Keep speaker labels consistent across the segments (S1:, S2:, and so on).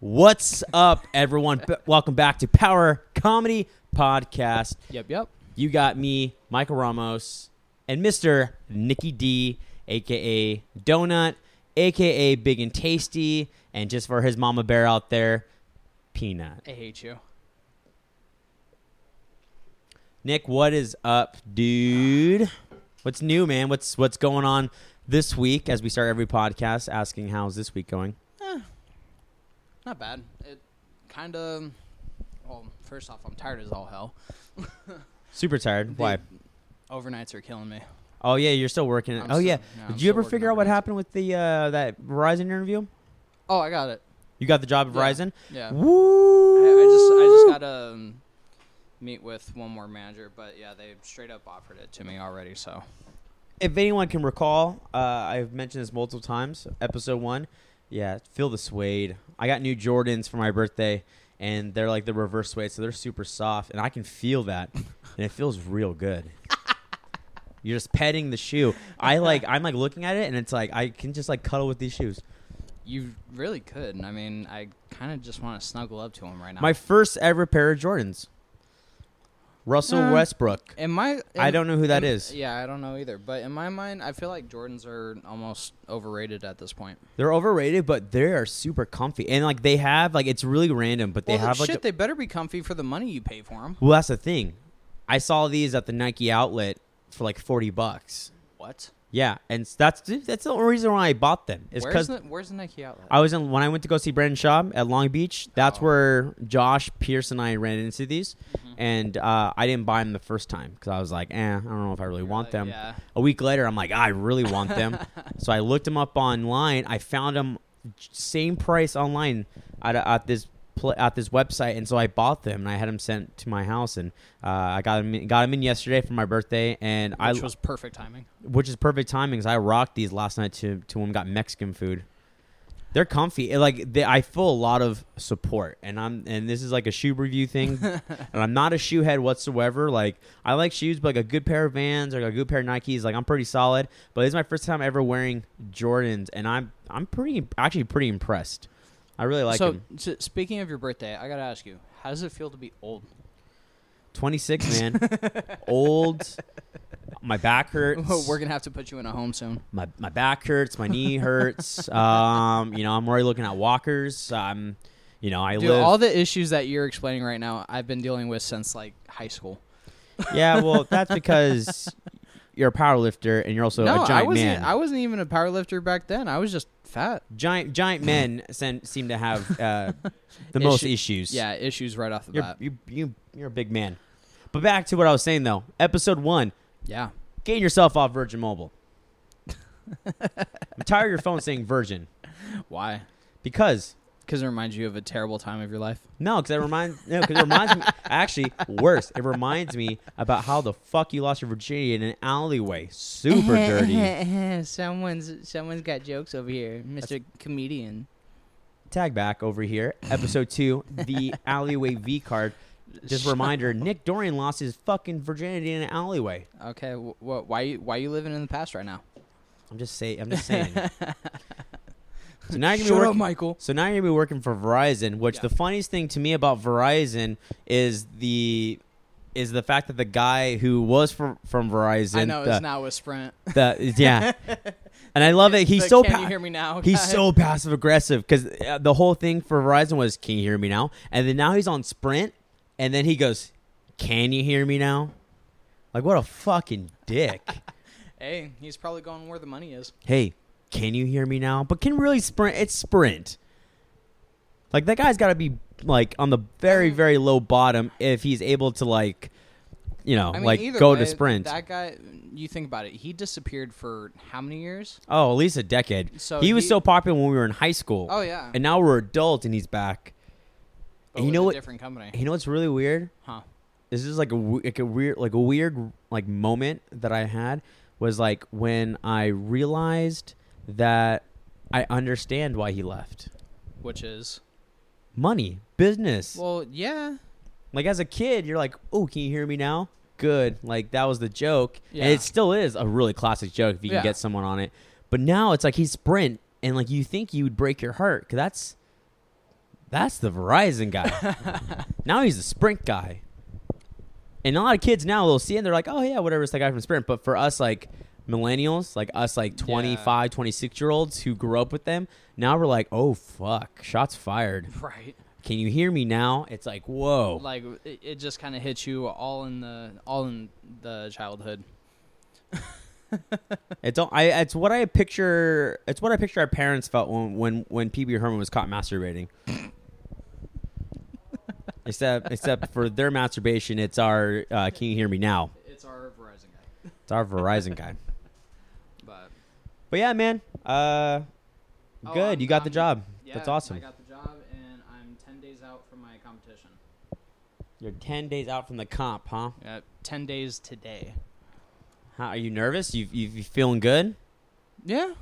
S1: What's up, everyone? B- Welcome back to Power Comedy Podcast.
S2: Yep, yep.
S1: You got me, Michael Ramos, and Mr. Nikki D, aka Donut, aka Big and Tasty, and just for his mama bear out there, Peanut.
S2: I hate you.
S1: Nick, what is up, dude? What's new, man? What's what's going on this week as we start every podcast asking how's this week going?
S2: Eh. Not bad. It kind of. Well, first off, I'm tired as all hell.
S1: Super tired.
S2: The
S1: Why?
S2: Overnights are killing me.
S1: Oh yeah, you're still working. It.
S2: I'm
S1: Oh
S2: still-
S1: yeah.
S2: yeah, I'm
S1: Did you
S2: still
S1: ever
S2: working
S1: figure out what
S2: overnights.
S1: happened with the uh, that Verizon interview?
S2: Oh, I got it.
S1: You got the job at
S2: Yeah.
S1: Verizon.
S2: Yeah. I,
S1: Woo!
S2: I just I just gotta um, meet with one more manager, but yeah, they straight up offered it to me already. So
S1: If anyone can recall, uh, I've mentioned this multiple times. Episode one. Yeah, feel the suede. I got new Jordans for my birthday, and they're like the reverse suede, so they're super soft, and I can feel that, and it feels real good. You're just petting the shoe. I like. I'm like looking at it, and it's like I can just like cuddle with these shoes.
S2: you really could. and I mean, I kind of just want to snuggle up to him right now.
S1: My first ever pair of Jordans. Russell
S2: Uh,
S1: Westbrook.
S2: in my in,
S1: I don't know who that
S2: in-
S1: is.
S2: Yeah, I don't know either. But in my mind, I feel like Jordans are almost overrated at this point.
S1: They're overrated, but they are super comfy. And like they have like it's really random, but they
S2: well,
S1: have like
S2: shit,
S1: a,
S2: they better be comfy for the money you pay for them.
S1: Well, that's the thing. I saw these at the Nike outlet for like 40 bucks.
S2: What?
S1: Yeah, and s- that's dude, that's the only reason why I bought them. Is
S2: where's
S1: cuz
S2: the Where's the Nike outlet?
S1: I was in when I went to go see Brandon Shaw at Long Beach. That's
S2: Oh. Mm-hmm.
S1: where Josh Pierce and I ran into these, and uh, I didn't buy them the first time because I was like, eh, I don't know if I really
S2: You're
S1: want
S2: like,
S1: them.
S2: yeah.
S1: A week later, I'm like, "Ah, I really want them, so I looked them up online. I found them same price online at, at this pl- at this website, and so I bought them and I had them sent to my house, and uh, I got them got them in yesterday for my birthday, and I
S2: Which was perfect timing.
S1: which is perfect timing because I rocked these last night to to when we got Mexican food. They're comfy. It, like they, I feel a lot of support, and I'm and this is like a shoe review thing, and I'm not a shoe head whatsoever. Like I like shoes, but like a good pair of Vans or a good pair of Nikes, like I'm pretty solid. But this is my first time ever wearing Jordans, and I'm I'm pretty actually pretty impressed. I really like
S2: so,
S1: them.
S2: so speaking of your birthday, I gotta ask you, how does it feel to be old?
S1: 26, man, old. My back hurts.
S2: We're gonna have to put you in a home soon.
S1: my, my back hurts, my knee hurts. um, you know, I'm already looking at walkers. I'm, you know, I
S2: Dude,
S1: live.
S2: all the issues that you're explaining right now, I've been dealing with since like high school.
S1: yeah, well, that's because you're a power lifter and you're also
S2: no,
S1: a
S2: I
S1: giant
S2: wasn't. e,
S1: man.
S2: I wasn't even a power lifter back then. I was just fat.
S1: giant giant men sen- seem to have uh, the most
S2: Issue-
S1: issues.
S2: Yeah, issues right off the
S1: you're,
S2: bat.
S1: you you you're a big man. But back to what I was saying though. Episode one,
S2: Yeah,
S1: getting yourself off Virgin Mobile. I'm tired of your phone saying Virgin
S2: why?
S1: because
S2: Because it reminds you of a terrible time of your life.
S1: No, because it reminds no, 'cause it reminds me actually worse. It reminds me about how the fuck you lost your virginity in an alleyway, super dirty.
S2: someone's someone's got jokes over here, Mister Comedian.
S1: Tag back over here, episode two, the alleyway V card. Just a reminder: Nick Dorian lost his fucking virginity in an alleyway.
S2: Okay, wh- wh- why you why you living in the past right now?
S1: I'm just saying. I'm just saying. So now you're gonna be
S2: Shut up,
S1: working.
S2: Michael.
S1: So now you're gonna be working for Verizon, which
S2: Yeah.
S1: the funniest thing to me about Verizon is the is the fact that the guy who was from from Verizon,
S2: I know
S1: the-
S2: it's not with Sprint.
S1: The yeah, and I love it. He's
S2: The
S1: so
S2: can
S1: pa-
S2: you hear me now?
S1: he's
S2: guy.
S1: so passive aggressive because uh, the whole thing for Verizon was can you hear me now? And then now he's on Sprint, and then he goes, can you hear me now? Like what a fucking dick.
S2: Hey, he's probably going where the money is.
S1: hey, can you hear me now? But can really Sprint? It's Sprint. Like that guy's got to be like on the
S2: Mm.
S1: very very low bottom if he's able to like, you know,
S2: I mean,
S1: like
S2: either
S1: go
S2: way,
S1: to Sprint.
S2: That guy, you think about it. He disappeared for how many years?
S1: Oh, at least a decade.
S2: So
S1: he was
S2: he-
S1: so popular when we were in high school.
S2: Oh, yeah.
S1: And now we're adults, and he's back.
S2: But
S1: And you
S2: with
S1: know
S2: a
S1: what?
S2: Different company,
S1: You know what's really weird?
S2: huh?
S1: This is like a we- like a weird like a weird like moment that I had was like when I realized that I understand why he left.
S2: Which is
S1: Money, business.
S2: well, yeah.
S1: like as a kid, you're like, oh, can you hear me now? Good. Like that was the joke,
S2: Yeah.
S1: and it still is a really classic joke if you
S2: Yeah.
S1: can get someone on it. But now it's like he's Sprint, and like you think you would break your heart because that's That's the Verizon guy. now he's the Sprint guy. And a lot of kids now they'll see it and they're like, oh yeah, whatever, it's that guy from Sprint. But for us, like millennials, like us, like 25, 26 year olds who grew up with them, now we're like, oh fuck, shots fired.
S2: Right.
S1: Can you hear me now? It's like, whoa.
S2: Like it, it just kind of hits you all in the all in the childhood.
S1: It's all, I. It's what I picture. It's what I picture our parents felt when when when PB Herman was caught masturbating. except except for their masturbation, it's our. Uh, can you hear me now?
S2: It's our Verizon guy.
S1: It's our Verizon guy.
S2: But
S1: But yeah, man. Uh,
S2: Oh,
S1: good.
S2: I'm-
S1: you got the
S2: I'm-
S1: job.
S2: yeah,
S1: That's awesome.
S2: I got the job and I'm 10 days out from my competition.
S1: You're ten days out from the comp, huh?
S2: Yeah, 10 days today.
S1: How, are you nervous? You, you you feeling good?
S2: Yeah.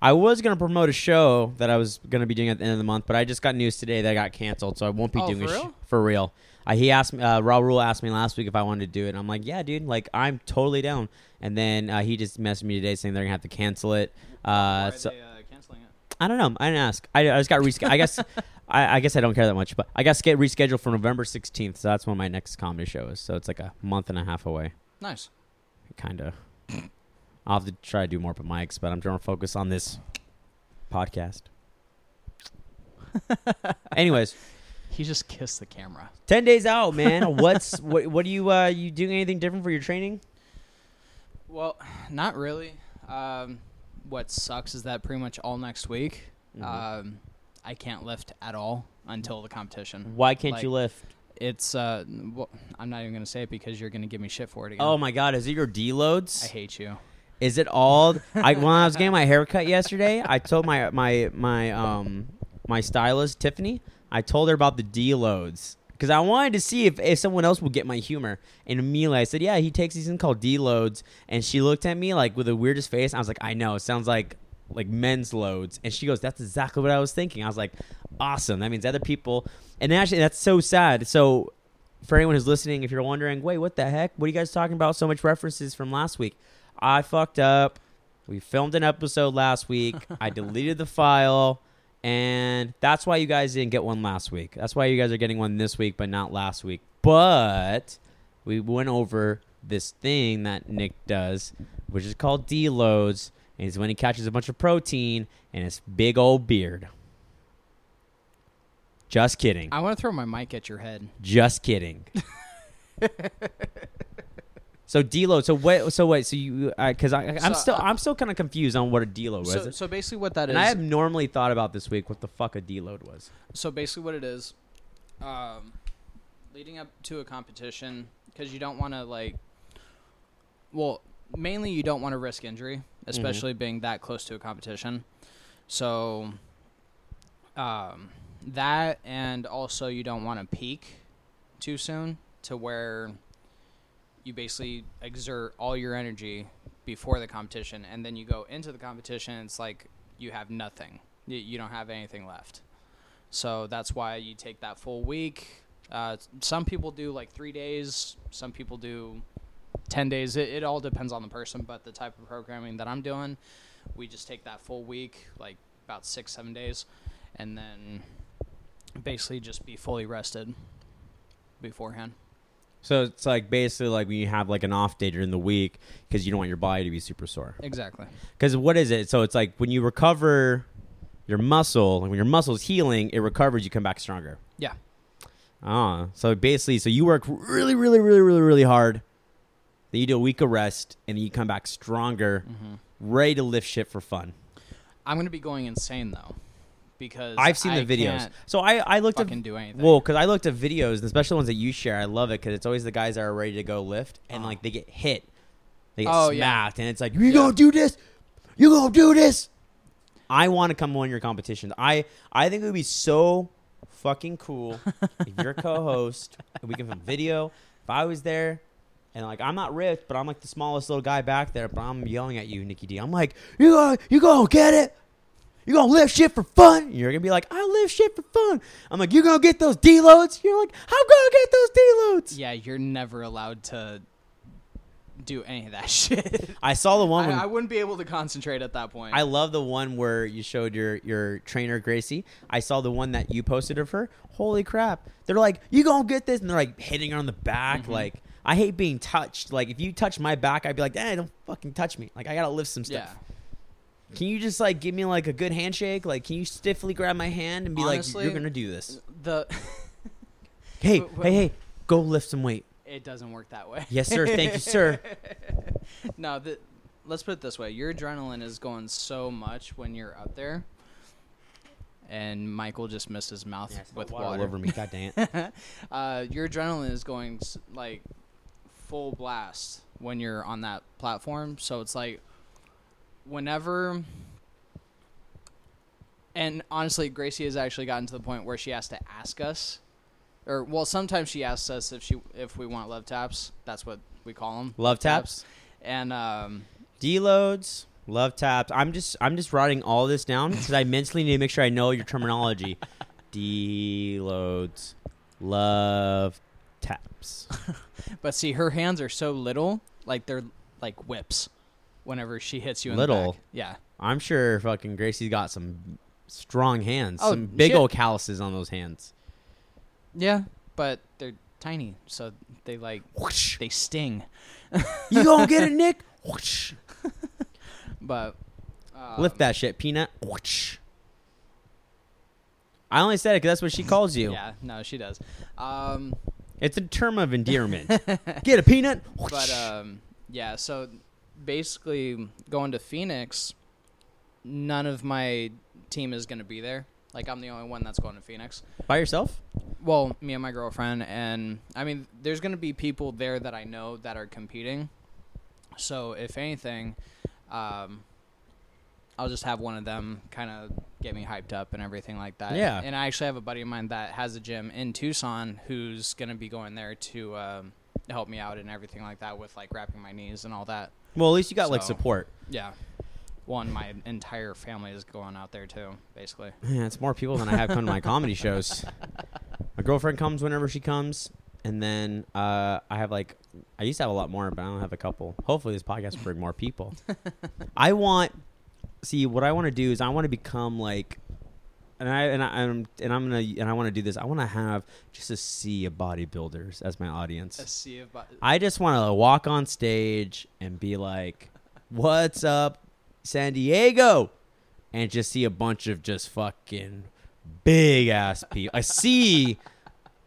S1: I was gonna promote a show that I was gonna be doing at the end of the month, but I just got news today that I got canceled, so I won't be
S2: Oh,
S1: doing
S2: for
S1: a
S2: real?
S1: Sh- for real. Uh, he asked me, uh, Raw Rule asked me last week if I wanted to do it, and I'm like, yeah, dude, like I'm totally down. And then uh, he just messaged me today saying they're gonna have to cancel it.
S2: Why
S1: Uh,
S2: are
S1: so
S2: they uh, canceling it?
S1: I don't know. I didn't ask. I, I just got rescheduled. I guess I, I guess I don't care that much, but I got sch- rescheduled for November 16th, so that's when my next comedy show is. So it's like a month and a half away,
S2: Nice.
S1: kind of. I'll have to try to do more open mics, but I'm trying to focus on this podcast. Anyways,
S2: He just kissed the camera.
S1: ten days out, man. What's what? What do you uh you doing anything different for your training?
S2: Well, not really. Um, what sucks is that pretty much all next week,
S1: Mhm.
S2: um, I can't lift at all until the competition.
S1: Why can't
S2: Like,
S1: you lift?
S2: It's uh, well, I'm not even gonna say it because you're gonna give me shit for it again.
S1: Oh my god, is it your deloads?
S2: I hate you.
S1: Is it all? I when I was getting my haircut yesterday, I told my my my um my stylist Tiffany. I told her about the D loads because I wanted to see if, if someone else would get my humor. And immediately I said, "Yeah, he takes these thing called D loads." And she looked at me like with the weirdest face. I was like, "I know, it sounds like like men's loads." And she goes, "That's exactly what I was thinking." I was like, "Awesome! That means other people." And actually, that's so sad. So for anyone who's listening, if you're wondering, wait, what the heck? What are you guys talking about? So much references from last week. I fucked up. We filmed an episode last week. I deleted the file. And that's why you guys didn't get one last week. That's why you guys are getting one this week, but not last week. But we went over this thing that Nick does, which is called deloads. And it's when he catches a bunch of protein and his big old beard. Just kidding.
S2: I want to throw my mic at your head.
S1: Just kidding. so deload. So what? So wait. So you? Because I, I'm
S2: So,
S1: still
S2: uh,
S1: I'm still kind of confused on what a deload was.
S2: So, so basically, what that is.
S1: and I have normally thought about this week what the fuck a deload was.
S2: so basically what it is um, leading up to a competition because you don't want to like well mainly you don't want to risk injury especially being that close to a competition so um, that and also you don't want to peak too soon to where you basically exert all your energy before the competition and then you go into the competition it's like you have nothing you, you don't have anything left so that's why you take that full week. Uh, some people do like three days, some people do 10 days. It, it all depends on the person, but the type of programming that I'm doing, we just take that full week, like about six, seven days, and then basically just be fully rested beforehand.
S1: So it's like basically like when you have like an off day during the week because you don't want your body to be super sore.
S2: Exactly.
S1: Because what is it? So it's like when you recover your muscle, like when your muscle's healing, it recovers. You come back stronger.
S2: Yeah.
S1: Ah, so basically, so you work really, really, really, really, really hard. Then you do a week of rest, and then you come back stronger,
S2: Mm-hmm.
S1: ready to lift shit for fun.
S2: I'm going to be going insane though, because
S1: I've seen
S2: I
S1: the videos,
S2: can't
S1: so I I looked at
S2: fucking do anything.
S1: well because I looked at videos, and especially ones that you share. I love it because it's always the guys that are ready to go lift, and
S2: Oh.
S1: like they get hit, they get
S2: Oh, yeah.
S1: smacked, and it's like you gonna do this, you gonna do this. I want to come win your competitions. I I think it would be so fucking cool if you're a co-host and we can film video. If I was there, and like I'm not ripped, but I'm like the smallest little guy back there, but I'm yelling at you, Nikki D. I'm like, you gonna you gonna get it? You gonna lift shit for fun? And you're gonna be like, I lift shit for fun. I'm like, you gonna get those D loads? You're like, I'm gonna get those D loads.
S2: yeah, you're never allowed to do any of that shit.
S1: I saw the one.
S2: I,
S1: When,
S2: I wouldn't be able to concentrate at that point.
S1: I love the one where you showed your your trainer Gracie. I saw the one that you posted of her. Holy crap! They're like, you gonna get this, and they're like hitting her on the back.
S2: Mm-hmm.
S1: Like, I hate being touched. Like, if you touch my back, I'd be like, eh, don't fucking touch me. Like, I gotta lift some
S2: yeah.
S1: stuff. Can you just like give me like a good handshake? Like, can you stiffly grab my hand and be like,
S2: Honestly,
S1: you're gonna do this?
S2: The
S1: Hey,
S2: w- w-
S1: hey, hey, go lift some weight.
S2: it doesn't work that way.
S1: Yes, sir. Thank you, sir.
S2: No, the, let's put it this way: your adrenaline is going so much when you're up there, and Michael just missed his mouth with water.
S1: all over me. God damn it.
S2: uh, your adrenaline is going s- like full blast when you're on that platform. So it's like whenever. And honestly, Gracie has actually gotten to the point where she has to ask us, or well, sometimes she asks us if she if we want love taps. That's what we call them.
S1: Love taps?
S2: And um,
S1: deloads love taps i'm just i'm just writing all this down because i mentally need to make sure i know your terminology deloads love taps
S2: but see, her hands are so little, like they're like whips. Whenever she hits you in the
S1: Little?
S2: back. yeah.
S1: i'm sure fucking gracie's got some strong hands
S2: Oh,
S1: some big
S2: shit.
S1: old calluses on those hands
S2: Yeah, but they're tiny, so they like
S1: Whoosh.
S2: they sting.
S1: you gonna get it nick Whoosh.
S2: But um,
S1: lift that shit peanut Whoosh. i only said it because that's what she calls you
S2: Yeah, no, she does. Um,
S1: it's a term of endearment get a peanut
S2: but
S1: Whoosh.
S2: um, yeah, so basically going to Phoenix, none of my team is going to be there. Like I'm the only one that's going to Phoenix.
S1: by yourself
S2: Well, me and my girlfriend, and I mean, there's going to be people there that I know that are competing. So if anything, um, I'll just have one of them kind of get me hyped up and everything like that.
S1: Yeah.
S2: And I actually have a buddy of mine that has a gym in Tucson who's going to be going there to um, help me out and everything like that with like wrapping my knees and all that.
S1: well at least you got like
S2: So-
S1: support
S2: Yeah. One, my entire family is going out there too, basically.
S1: Yeah, it's more people than I have come to my comedy shows. My girlfriend comes whenever she comes, and then uh, I have like I used to have a lot more, but I don't have a couple. Hopefully, this podcast will bring more people. I want see what I want to do is I want to become like, and I and I am and I'm gonna and I want to do this. I want to have just a sea of bodybuilders as my
S2: A
S1: audience.
S2: sea of bo-
S1: I just want to walk on stage and be like, "What's up, San Diego?" and just see a bunch of just fucking big ass people. I see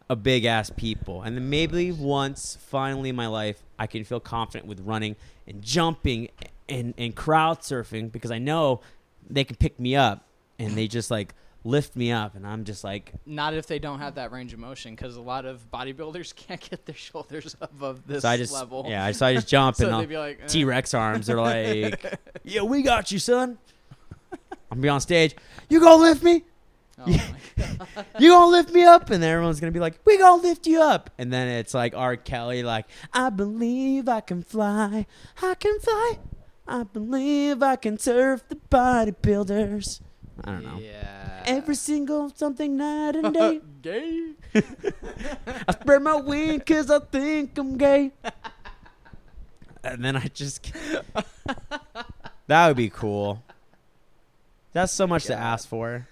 S1: a big ass people, and then maybe once finally in my life, I can feel confident with running and jumping and and crowd surfing because I know they can pick me up and they just like lift me up, and I'm just like
S2: Not if they don't have that range of motion, because a lot of bodybuilders can't get their shoulders above this
S1: so I just
S2: level.
S1: yeah, so I just jump
S2: So
S1: and
S2: they'd
S1: I'll-
S2: be like, eh.
S1: T Rex arms. They're like, yeah, we got you, son. I'm gonna be on stage. You gonna lift me?
S2: Oh
S1: Yeah.
S2: my-
S1: you gonna lift me up and then everyone's gonna be like we gonna lift you up and then it's like r kelly like i believe i can fly i can fly i believe i can surf the bodybuilders i don't know
S2: Yeah.
S1: every single something night and day
S2: Gay.
S1: i spread my wing because i think i'm gay and then i just that would be cool that's so much to
S2: God.
S1: ask for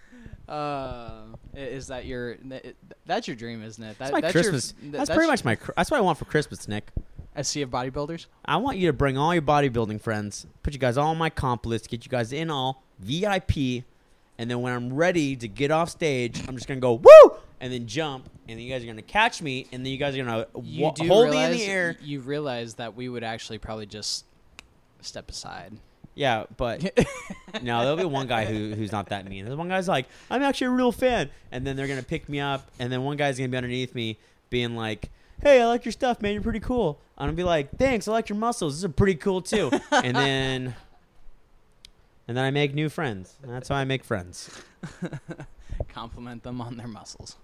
S2: Uh, i- is that your? th- it- That's your dream, isn't it? That,
S1: that's my
S2: your-
S1: christmas
S2: th-
S1: that's pretty much my cr- that's what i want for christmas nick
S2: a sea of bodybuilders.
S1: I want you to bring all your bodybuilding friends, put you guys all on my comp list, get you guys in all VIP, and then when I'm ready to get off stage, I'm just gonna go woo, and then jump, and then you guys are gonna catch me, and then you guys are gonna
S2: You
S1: wa-
S2: do
S1: hold me
S2: realize,
S1: in the air.
S2: You realize that we would actually probably just step aside.
S1: Yeah, but no, there'll be one guy who who's not that mean. There's one guy's like, I'm actually a real fan, and then they're gonna pick me up, and then one guy's gonna be underneath me, being like, Hey, I like your stuff, man. You're pretty cool. I'm gonna be like, Thanks, I like your muscles. This is pretty cool too. and then, and then I make new friends. And that's how I make friends.
S2: Compliment them on their muscles.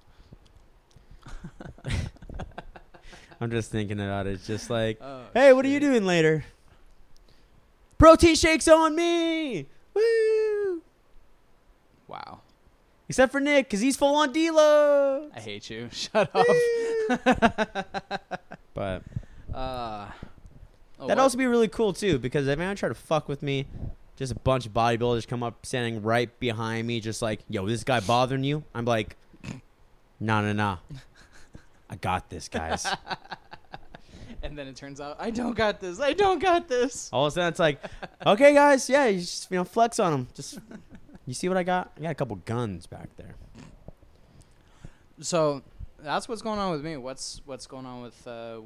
S1: I'm just thinking about it. It's just like,
S2: Oh,
S1: Hey, what are you
S2: shit.
S1: doing later? Protein shakes on me. Woo!
S2: Wow,
S1: Except for Nick, cause he's full on D-Lo.
S2: I hate you. Shut up.
S1: but
S2: Uh, oh
S1: That'd also be really cool too, because if anyone tried to fuck with me, just a bunch of bodybuilders come up standing right behind me, just like, yo, this guy bothering you? I'm like, nah, nah, nah. I got this, guys.
S2: and then it turns out I don't got this. I don't got this.
S1: All of a sudden, it's like, okay, guys, yeah, you just you know flex on them. Just you see what I got? I got a couple guns back there.
S2: So that's what's going on with me. What's what's going on with uh,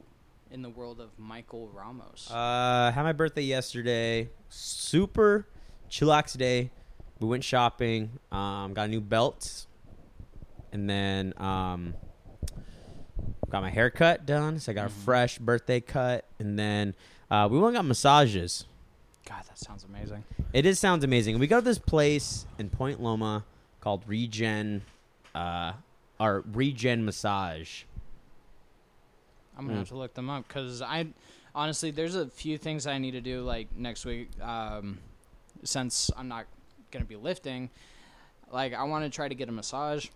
S2: in the world of Michael Ramos?
S1: Uh, had my birthday yesterday. Super chillax day. We went shopping. Um, got a new belt, and then um, got my hair cut done. So I got a fresh birthday cut, and then uh, we went and got massages.
S2: God, that sounds amazing.
S1: It is sounds amazing. We go to this place in Point Loma called Regen, uh, or Regen Massage.
S2: I'm gonna have to look them up because I honestly there's a few things I need to do like next week. Um, since I'm not gonna be lifting, like I want to try to get a massage,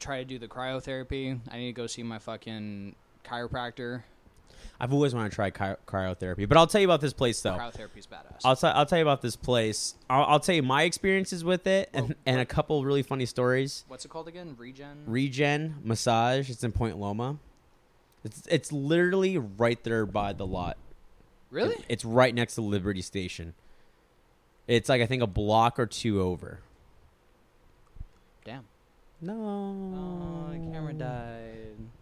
S2: try to do the cryotherapy. I need to go see my fucking chiropractor.
S1: I've always wanted to try chi- cryotherapy, but I'll tell you about this place though.
S2: Cryotherapy's badass.
S1: Oh. I'll, i I'll tell you about this place. I'll, I'll tell you my experiences with it and,
S2: Oh,
S1: and a
S2: right.
S1: couple really funny stories.
S2: What's it called again? Regen.
S1: Regen Massage. It's in Point Loma. It's it's literally right there by the lot.
S2: really?
S1: It- it's right next to Liberty Station. It's like I think a block or two over.
S2: Damn.
S1: No.
S2: Oh, the camera died.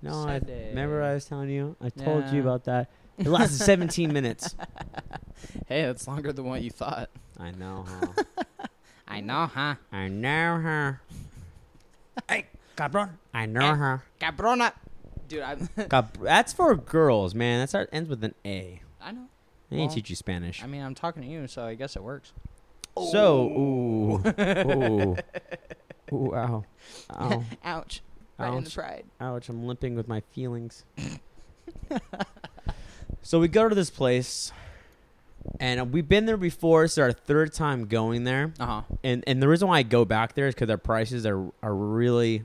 S1: No, I,
S2: Sad day.
S1: remember I was telling you. I told
S2: Yeah.
S1: you about that. It lasted 17 minutes.
S2: Hey, that's longer than what you thought.
S1: I know. Huh?
S2: I know, huh?
S1: I know her. hey, cabron. I know
S2: Eh.
S1: her.
S2: Cabrona. Dude, I.
S1: Cab- that's for girls, man. That's our, ends with an A.
S2: I know.
S1: They didn't
S2: Well,
S1: teach you Spanish.
S2: I mean, I'm talking to you, so I guess it works.
S1: So, ooh, ooh, ooh, ow, ow,
S2: Ouch.
S1: Ouch.
S2: pride.
S1: ouch! I'm limping with my feelings. so we go to this place, and we've been there before. It's our third time going there.
S2: Uh huh.
S1: and and the reason why I go back there is because their prices are are really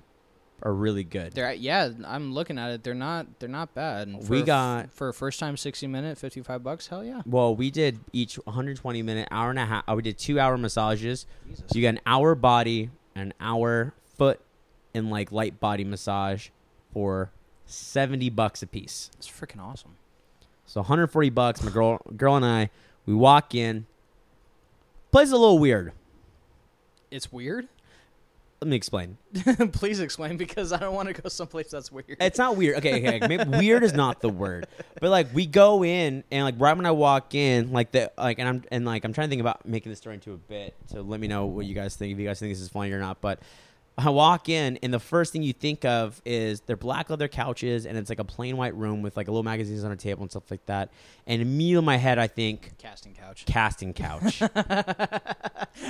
S1: are really good.
S2: They're yeah. I'm looking at it. They're not. They're not bad. And
S1: We
S2: a f-
S1: got-
S2: for a first time 60 minute 55 bucks. Hell yeah.
S1: Well, we did each 120 minute, hour and a half. uh, We did two hour massages.
S2: Jesus.
S1: So you get an hour body, an hour foot, and like light body massage for 70 bucks a piece.
S2: It's freaking awesome.
S1: So 140 bucks. My girl, girl and I, we walk in. Place is a little weird.
S2: It's weird.
S1: Let me explain.
S2: Please explain because I don't want to go someplace that's weird.
S1: It's not weird. Okay, okay. Maybe weird is not the word. But like we go in and like right when I walk in, like the like and I'm and like I'm trying to think about making this story into a bit. So let me know what you guys think if you guys think this is funny or not. But I walk in and the first thing you think of is their black leather couches and it's like a plain white room with like little magazines on a table and stuff like that. And immediately in my head I think
S2: Casting couch.
S1: casting couch.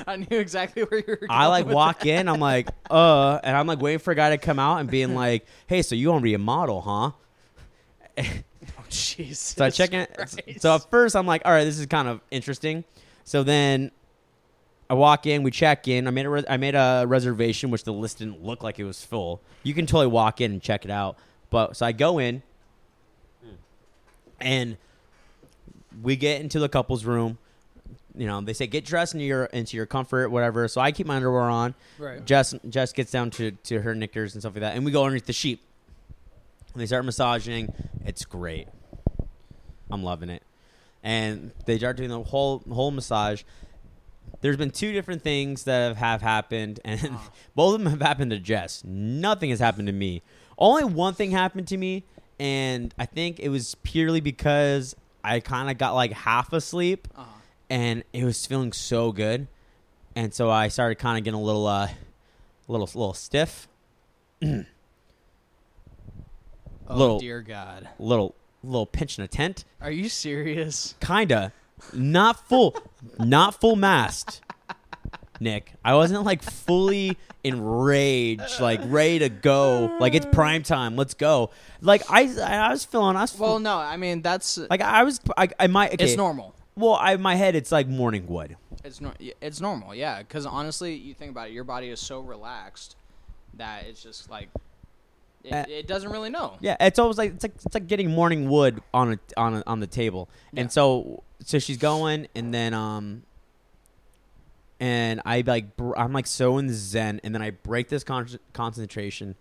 S2: I knew exactly where you were. Going
S1: I like
S2: with
S1: walk in, I'm like, uh, and I'm like waiting for a guy to come out and being like, hey, so you want to be a model, huh?
S2: that. Oh, Jeez.
S1: So I check in. So at first I'm like, all right, this is kind of interesting. So then I walk in, we check in. I made a res- I made a reservation, which the list didn't look like it was full. You can totally walk in and check it out. But so I go in, and we get into the couple's room. You know, they say get dressed into your into your comfort, whatever. So I keep my underwear on.
S2: Right.
S1: Jess Jess gets down to to her knickers and stuff like that, and we go underneath the sheet. And they start massaging. It's great. I'm loving it. And they start doing the whole whole massage. There's been two different things that have, have happened, and both of them have happened to Jess. Nothing has happened to me. Only one thing happened to me, and I think it was purely because I kind of got like half asleep,
S2: Uh-huh.
S1: and it was feeling so good, and so I started kind of getting a little, uh, little, little stiff,
S2: Oh
S1: Little-
S2: dear God.
S1: little, little pinch in a tent.
S2: Are you serious?
S1: kinda not full not full mast nick i wasn't like fully enraged like ready to go like it's prime time let's go like i i was feeling i was
S2: Well, no. I mean, that's
S1: like i was i, I might okay,
S2: it's normal.
S1: well I, in my head it's like morning wood
S2: It's nor- y- it's normal, yeah. Because honestly, you think about it, your body is so relaxed that it's just like It, it doesn't really know.
S1: Eh. Yeah, it's always like it's like it's like getting morning wood on a on a, on the table,
S2: Yeah.
S1: and so so she's going, and then um, and I like br- I'm like so in zen, and then I break this con- concentration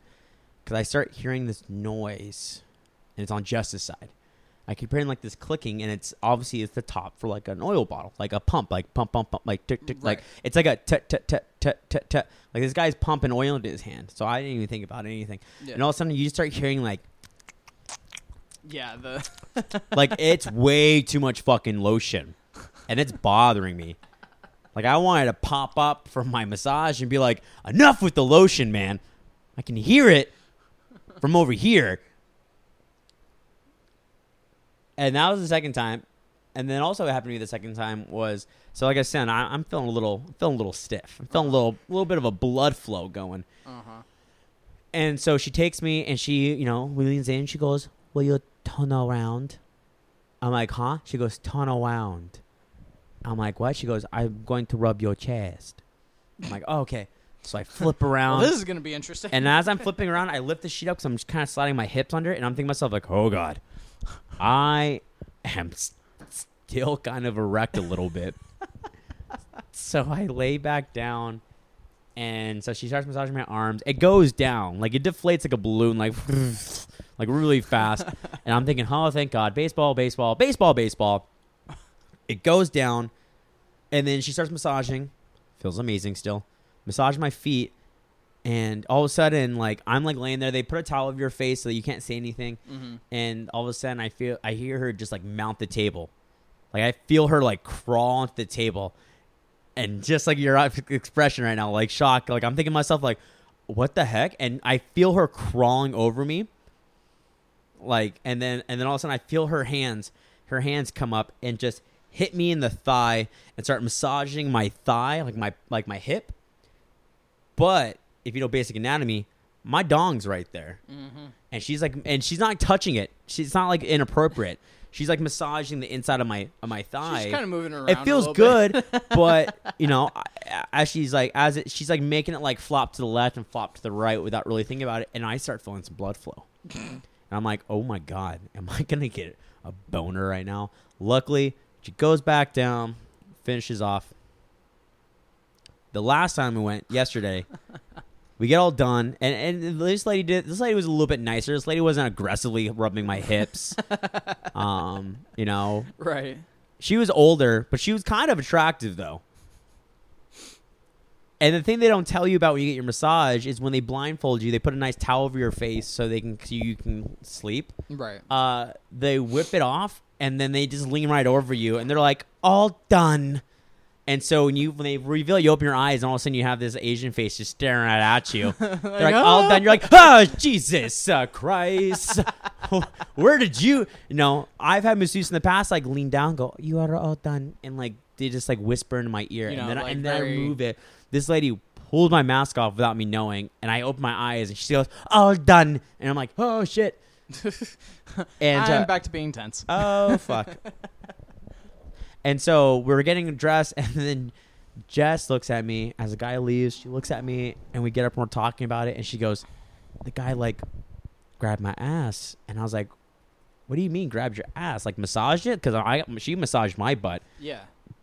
S1: because I start hearing this noise, and it's on Jess's side. I keep hearing like this clicking, and it's obviously it's the top for like an oil bottle, like a pump, like pump, pump, pump, like tick, tick, like
S2: Right.
S1: it's like a tut tut tut tut tut tut. Like this guy's pumping oil into his hand, so I didn't even think about anything.
S2: Yeah,
S1: And all of a sudden, you just start hearing like
S2: yeah the
S1: like it's way too much fucking lotion and it's bothering me like i wanted to pop up from my massage and be like enough with the lotion man i can hear it from over here and that was the second time and then also what happened to me the second time was so like i said I, i'm feeling a little feeling a little stiff i'm feeling a little little bit of a blood flow going
S2: uh huh.
S1: and so she takes me and she, you know, leans in. She goes, Will you turn around? I'm like, Huh? She goes, Turn around. I'm like, What? She goes, I'm going to rub your chest. I'm like, oh, Okay. So I flip around.
S2: Well, this is gonna be interesting.
S1: Um, And as I'm flipping around, I lift the sheet up because I'm just kind of sliding my hips under it, and I'm thinking to myself like, "Oh God, I am s- still kind of erect a little bit." so I lay back down, and so she starts massaging my arms. It goes down like it deflates like a balloon, like like really fast. and I'm thinking, "Oh, thank God, baseball, baseball, baseball, baseball." It goes down, and then she starts massaging. Feels amazing still. Massage my feet, and all of a sudden like i'm like laying there they put a towel over your face so that you can't see anything
S2: mm-hmm.
S1: and all of a sudden i feel i hear her just like mount the table like i feel her like crawl onto the table and just like your expression right now like shock like i'm thinking to myself like what the heck and i feel her crawling over me like and then and then all of a sudden i feel her hands her hands come up and just hit me in the thigh and start massaging my thigh like my like my hip but if you know basic anatomy my dong's right there and she's like and she's not touching it she's not like inappropriate she's like massaging the inside of my of my thigh
S2: She's kind of moving around.
S1: it
S2: a
S1: feels
S2: little bit.
S1: good, but you know, I- as she's like, as it, she's like making it like flop to the left and flop to the right without really thinking about it, and I start feeling some blood flow, and I'm like, oh my god, am I gonna get a boner right now? Luckily, she goes back down, finishes off. The last time we went yesterday, we get all done, and and this lady did. This lady was a little bit nicer. This lady wasn't aggressively rubbing my hips. um, you know,
S2: Right.
S1: she was older, but she was kind of attractive though. And the thing they don't tell you about when you get your massage is when they blindfold you, they put a nice towel over your face so they can so you can sleep.
S2: Right.
S1: Uh, they whip it off and then they just lean right over you and they're like, "All done." And so when you when they reveal, you open your eyes and all of a sudden you have this Asian face just staring right at you. They're like, all done. You're like, oh, Jesus uh, Christ. Where did you? You know, I've had masseuse in the past, like lean down, go, you are all done. And like, they just like whisper into my ear.
S2: You know,
S1: and then,
S2: like
S1: and then
S2: very-
S1: I move it. This lady pulled my mask off without me knowing. And I opened my eyes and she goes, all done. And I'm like, oh, shit. and
S2: I'm
S1: uh,
S2: back to being tense.
S1: Oh fuck. and so we were getting dressed, and then Jess looks at me as the guy leaves. She looks at me, and we get up and we're talking about it, and she goes, "The guy like grabbed my ass," and I was like, "What do you mean grabbed your ass? Like massaged it? Because I she massaged my butt."
S2: yeah.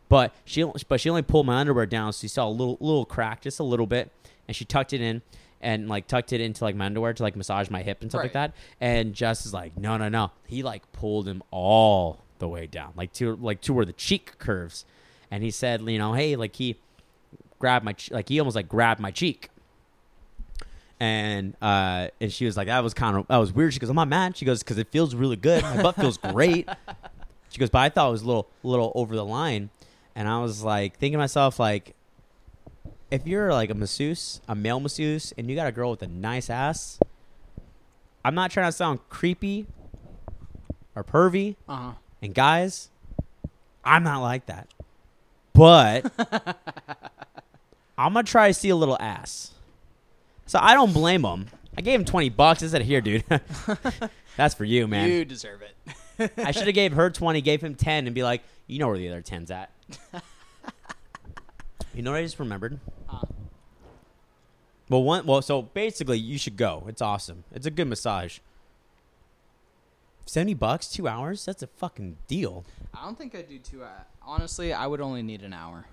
S1: But she but she only pulled my underwear down, so you saw a little little crack, just a little bit, and she tucked it in and like tucked it into like my underwear to like massage my hip and stuff like
S2: Right.
S1: that. And Jess is like, no, no, no. He like pulled him all the way down, like to like to where the cheek curves, and he said, you know, hey, like he grabbed my ch- like he almost like grabbed my cheek. And uh, and she was like, that was kind of that was weird. She goes, I'm not mad. She goes, because it feels really good. My butt feels great. She goes, but I thought it was a little little over the line, and I was like thinking to myself like, if you're like a masseuse, a male masseuse, and you got a girl with a nice ass, I'm not trying to sound creepy or pervy,
S2: Uh huh.
S1: and guys, I'm not like that, but I'm gonna try to see a little ass. So I don't blame him. I gave him twenty bucks. I said, "Here, dude, that's for you, man."
S2: You deserve it.
S1: I should have gave her twenty, gave him ten, and be like, you know where the other ten's at. you know what I just remembered?
S2: Uh,
S1: Well, one. Well, so basically, you should go. It's awesome. It's a good massage. Seventy bucks, two hours. That's a fucking deal.
S2: I don't think I'd do two. Uh, honestly, I would only need an hour.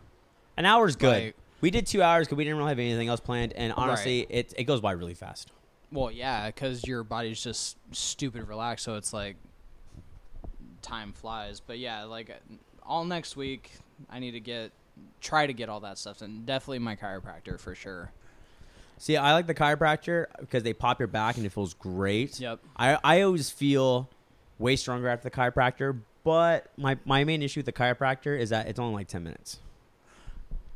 S1: An hour's good.
S2: Like-
S1: we did two hours because we didn't really have anything else planned, and honestly, it it goes by really fast.
S2: Well, yeah, because your body's just stupid relaxed, so it's like time flies. But yeah, like all next week, I need to get try to get all that stuff, and definitely my chiropractor for sure.
S1: See, I like the chiropractor because they pop your back and it feels great.
S2: Yep.
S1: I, I always feel way stronger after the chiropractor, but my, my main issue with the chiropractor is that it's only like 10 minutes.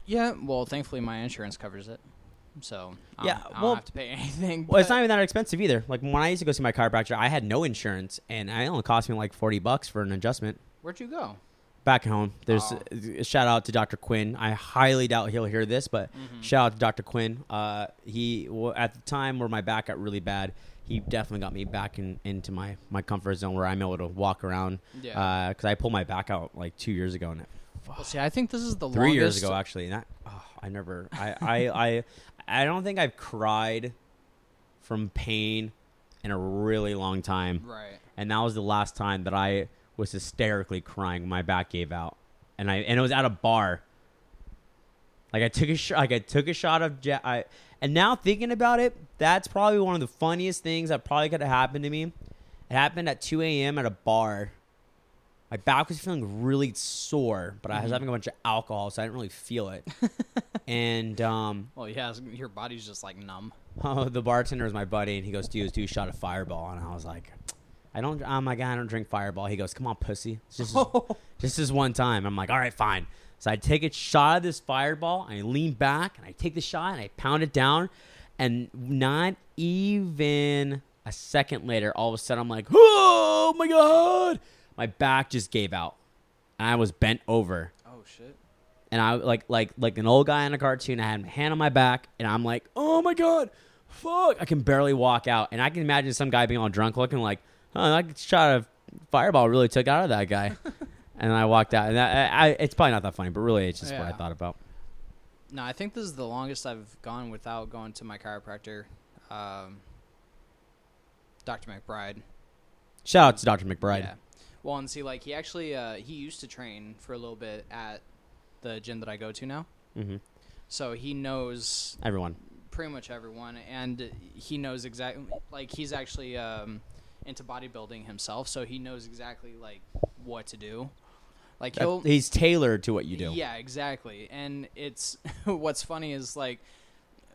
S2: Yeah, well, thankfully my insurance covers it, so I
S1: Yeah,
S2: don't, I don't
S1: well-
S2: have to pay anything.
S1: Well, it's
S2: but-
S1: not even that expensive either. Like when I used to go see my chiropractor, I had no insurance and it only cost me like 40 bucks for an adjustment.
S2: Where'd you go?
S1: Back home, there's
S2: Oh.
S1: a shout out to Dr. Quinn. I highly doubt he'll hear this, but
S2: Mm-hmm.
S1: shout out to Dr. Quinn. Uh, he w- at the time where my back got really bad, he definitely got me back in, into my, my comfort zone where I'm able to walk around.
S2: Yeah.
S1: because I pulled my back out like two years ago and it
S2: Well, see, I think this is the
S1: three
S2: longest.
S1: years ago actually and that oh, i never I, I i i don't think i've cried from pain in a really long time
S2: Right.
S1: and that was the last time that i was hysterically crying when my back gave out and i and it was at a bar like i took a shot like i took a shot of ja- I, and now thinking about it that's probably one of the funniest things that probably could have happened to me it happened at 2 a.m at a bar my back was feeling really sore, but I was having a bunch of alcohol, so I didn't really feel it. and um,
S2: Well, yeah, it's- your body's just like numb.
S1: the bartender was my buddy, and he goes, "Dude, this dude shot a fireball," and I was like, "I don't. Oh my god, I don't drink fireball." He goes, "Come on, pussy, It's just just this one time." I'm like, "All right, fine." So I take a shot of this fireball, and I lean back, and I take the shot, and I pound it down, and not even a second later, all of a sudden, I'm like, "Oh my god!" My back just gave out, and I was bent over
S2: oh shit.
S1: and I like like like an old guy in a cartoon. I had my hand on my back, and I'm like, oh my god, fuck! I can barely walk out, and I can imagine some guy being all drunk, looking like, huh, that shot of fireball really took out of that guy. and I walked out, and that, I, I, it's probably not that funny, but really, it's just what I
S2: Yeah.
S1: thought about.
S2: No, I think this is the longest I've gone without going to my chiropractor, um, Doctor McBride.
S1: Shout out to Dr. McBride.
S2: Yeah. Well, and see, like he actually uh, he used to train for a little bit at the gym that I go to now,
S1: hmm
S2: so he knows
S1: Everyone,
S2: pretty much everyone, and he knows exactly like he's actually um, into bodybuilding himself, so he knows exactly like what to do. Like he'll
S1: he's tailored to what you do.
S2: yeah, exactly. And it's what's funny is like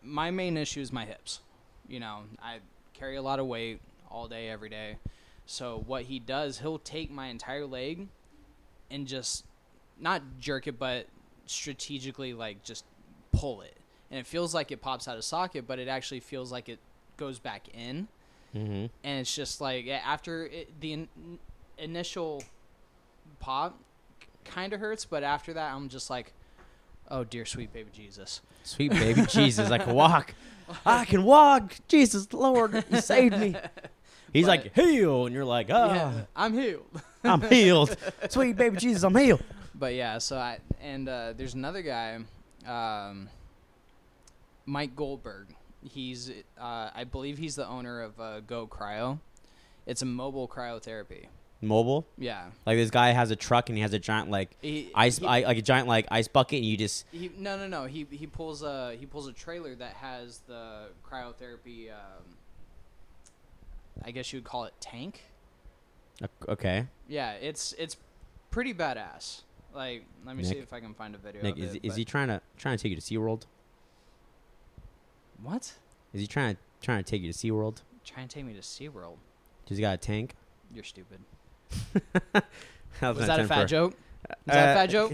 S2: my main issue is my hips. You know, I carry a lot of weight all day every day. So what he does, he'll take my entire leg and just not jerk it but strategically like just pull it. And it feels like it pops out of socket, but it actually feels like it goes back in
S1: hmm
S2: and it's just like yeah, after it, the in, initial pop kind of hurts, but after that, I'm just like, oh dear sweet baby Jesus.
S1: Sweet baby Jesus, I can walk. I can walk. Jesus, Lord, you saved me. He's
S2: But-
S1: like, heal. And you're like, ah.
S2: Yeah, I'm healed.
S1: I'm healed. Sweet baby Jesus, I'm healed.
S2: But yeah, so I and uh, there's another guy, um, Mike Goldberg. He's uh, I believe he's the owner of uh, Go Cryo. It's a mobile cryotherapy.
S1: Mobile,
S2: Yeah.
S1: like this guy has a truck and he has a giant like
S2: He-
S1: ice,
S2: he-
S1: I, like a giant like ice bucket, and you just
S2: He, no, no, no. He he pulls a he pulls a trailer that has the cryotherapy. Um, I guess you would call it tank.
S1: okay.
S2: Yeah, it's it's pretty badass. Like, let me see
S1: Nick.
S2: if I can find a video.
S1: Nick,
S2: of
S1: is,
S2: it,
S1: is
S2: but-
S1: he trying to trying to take you to SeaWorld?
S2: what
S1: Is he trying to trying to take you to SeaWorld?
S2: trying to take me to SeaWorld?
S1: Does he got a tank?
S2: You're stupid.
S1: was
S2: Was that a fat joke? Was that a
S1: uh,
S2: fat joke?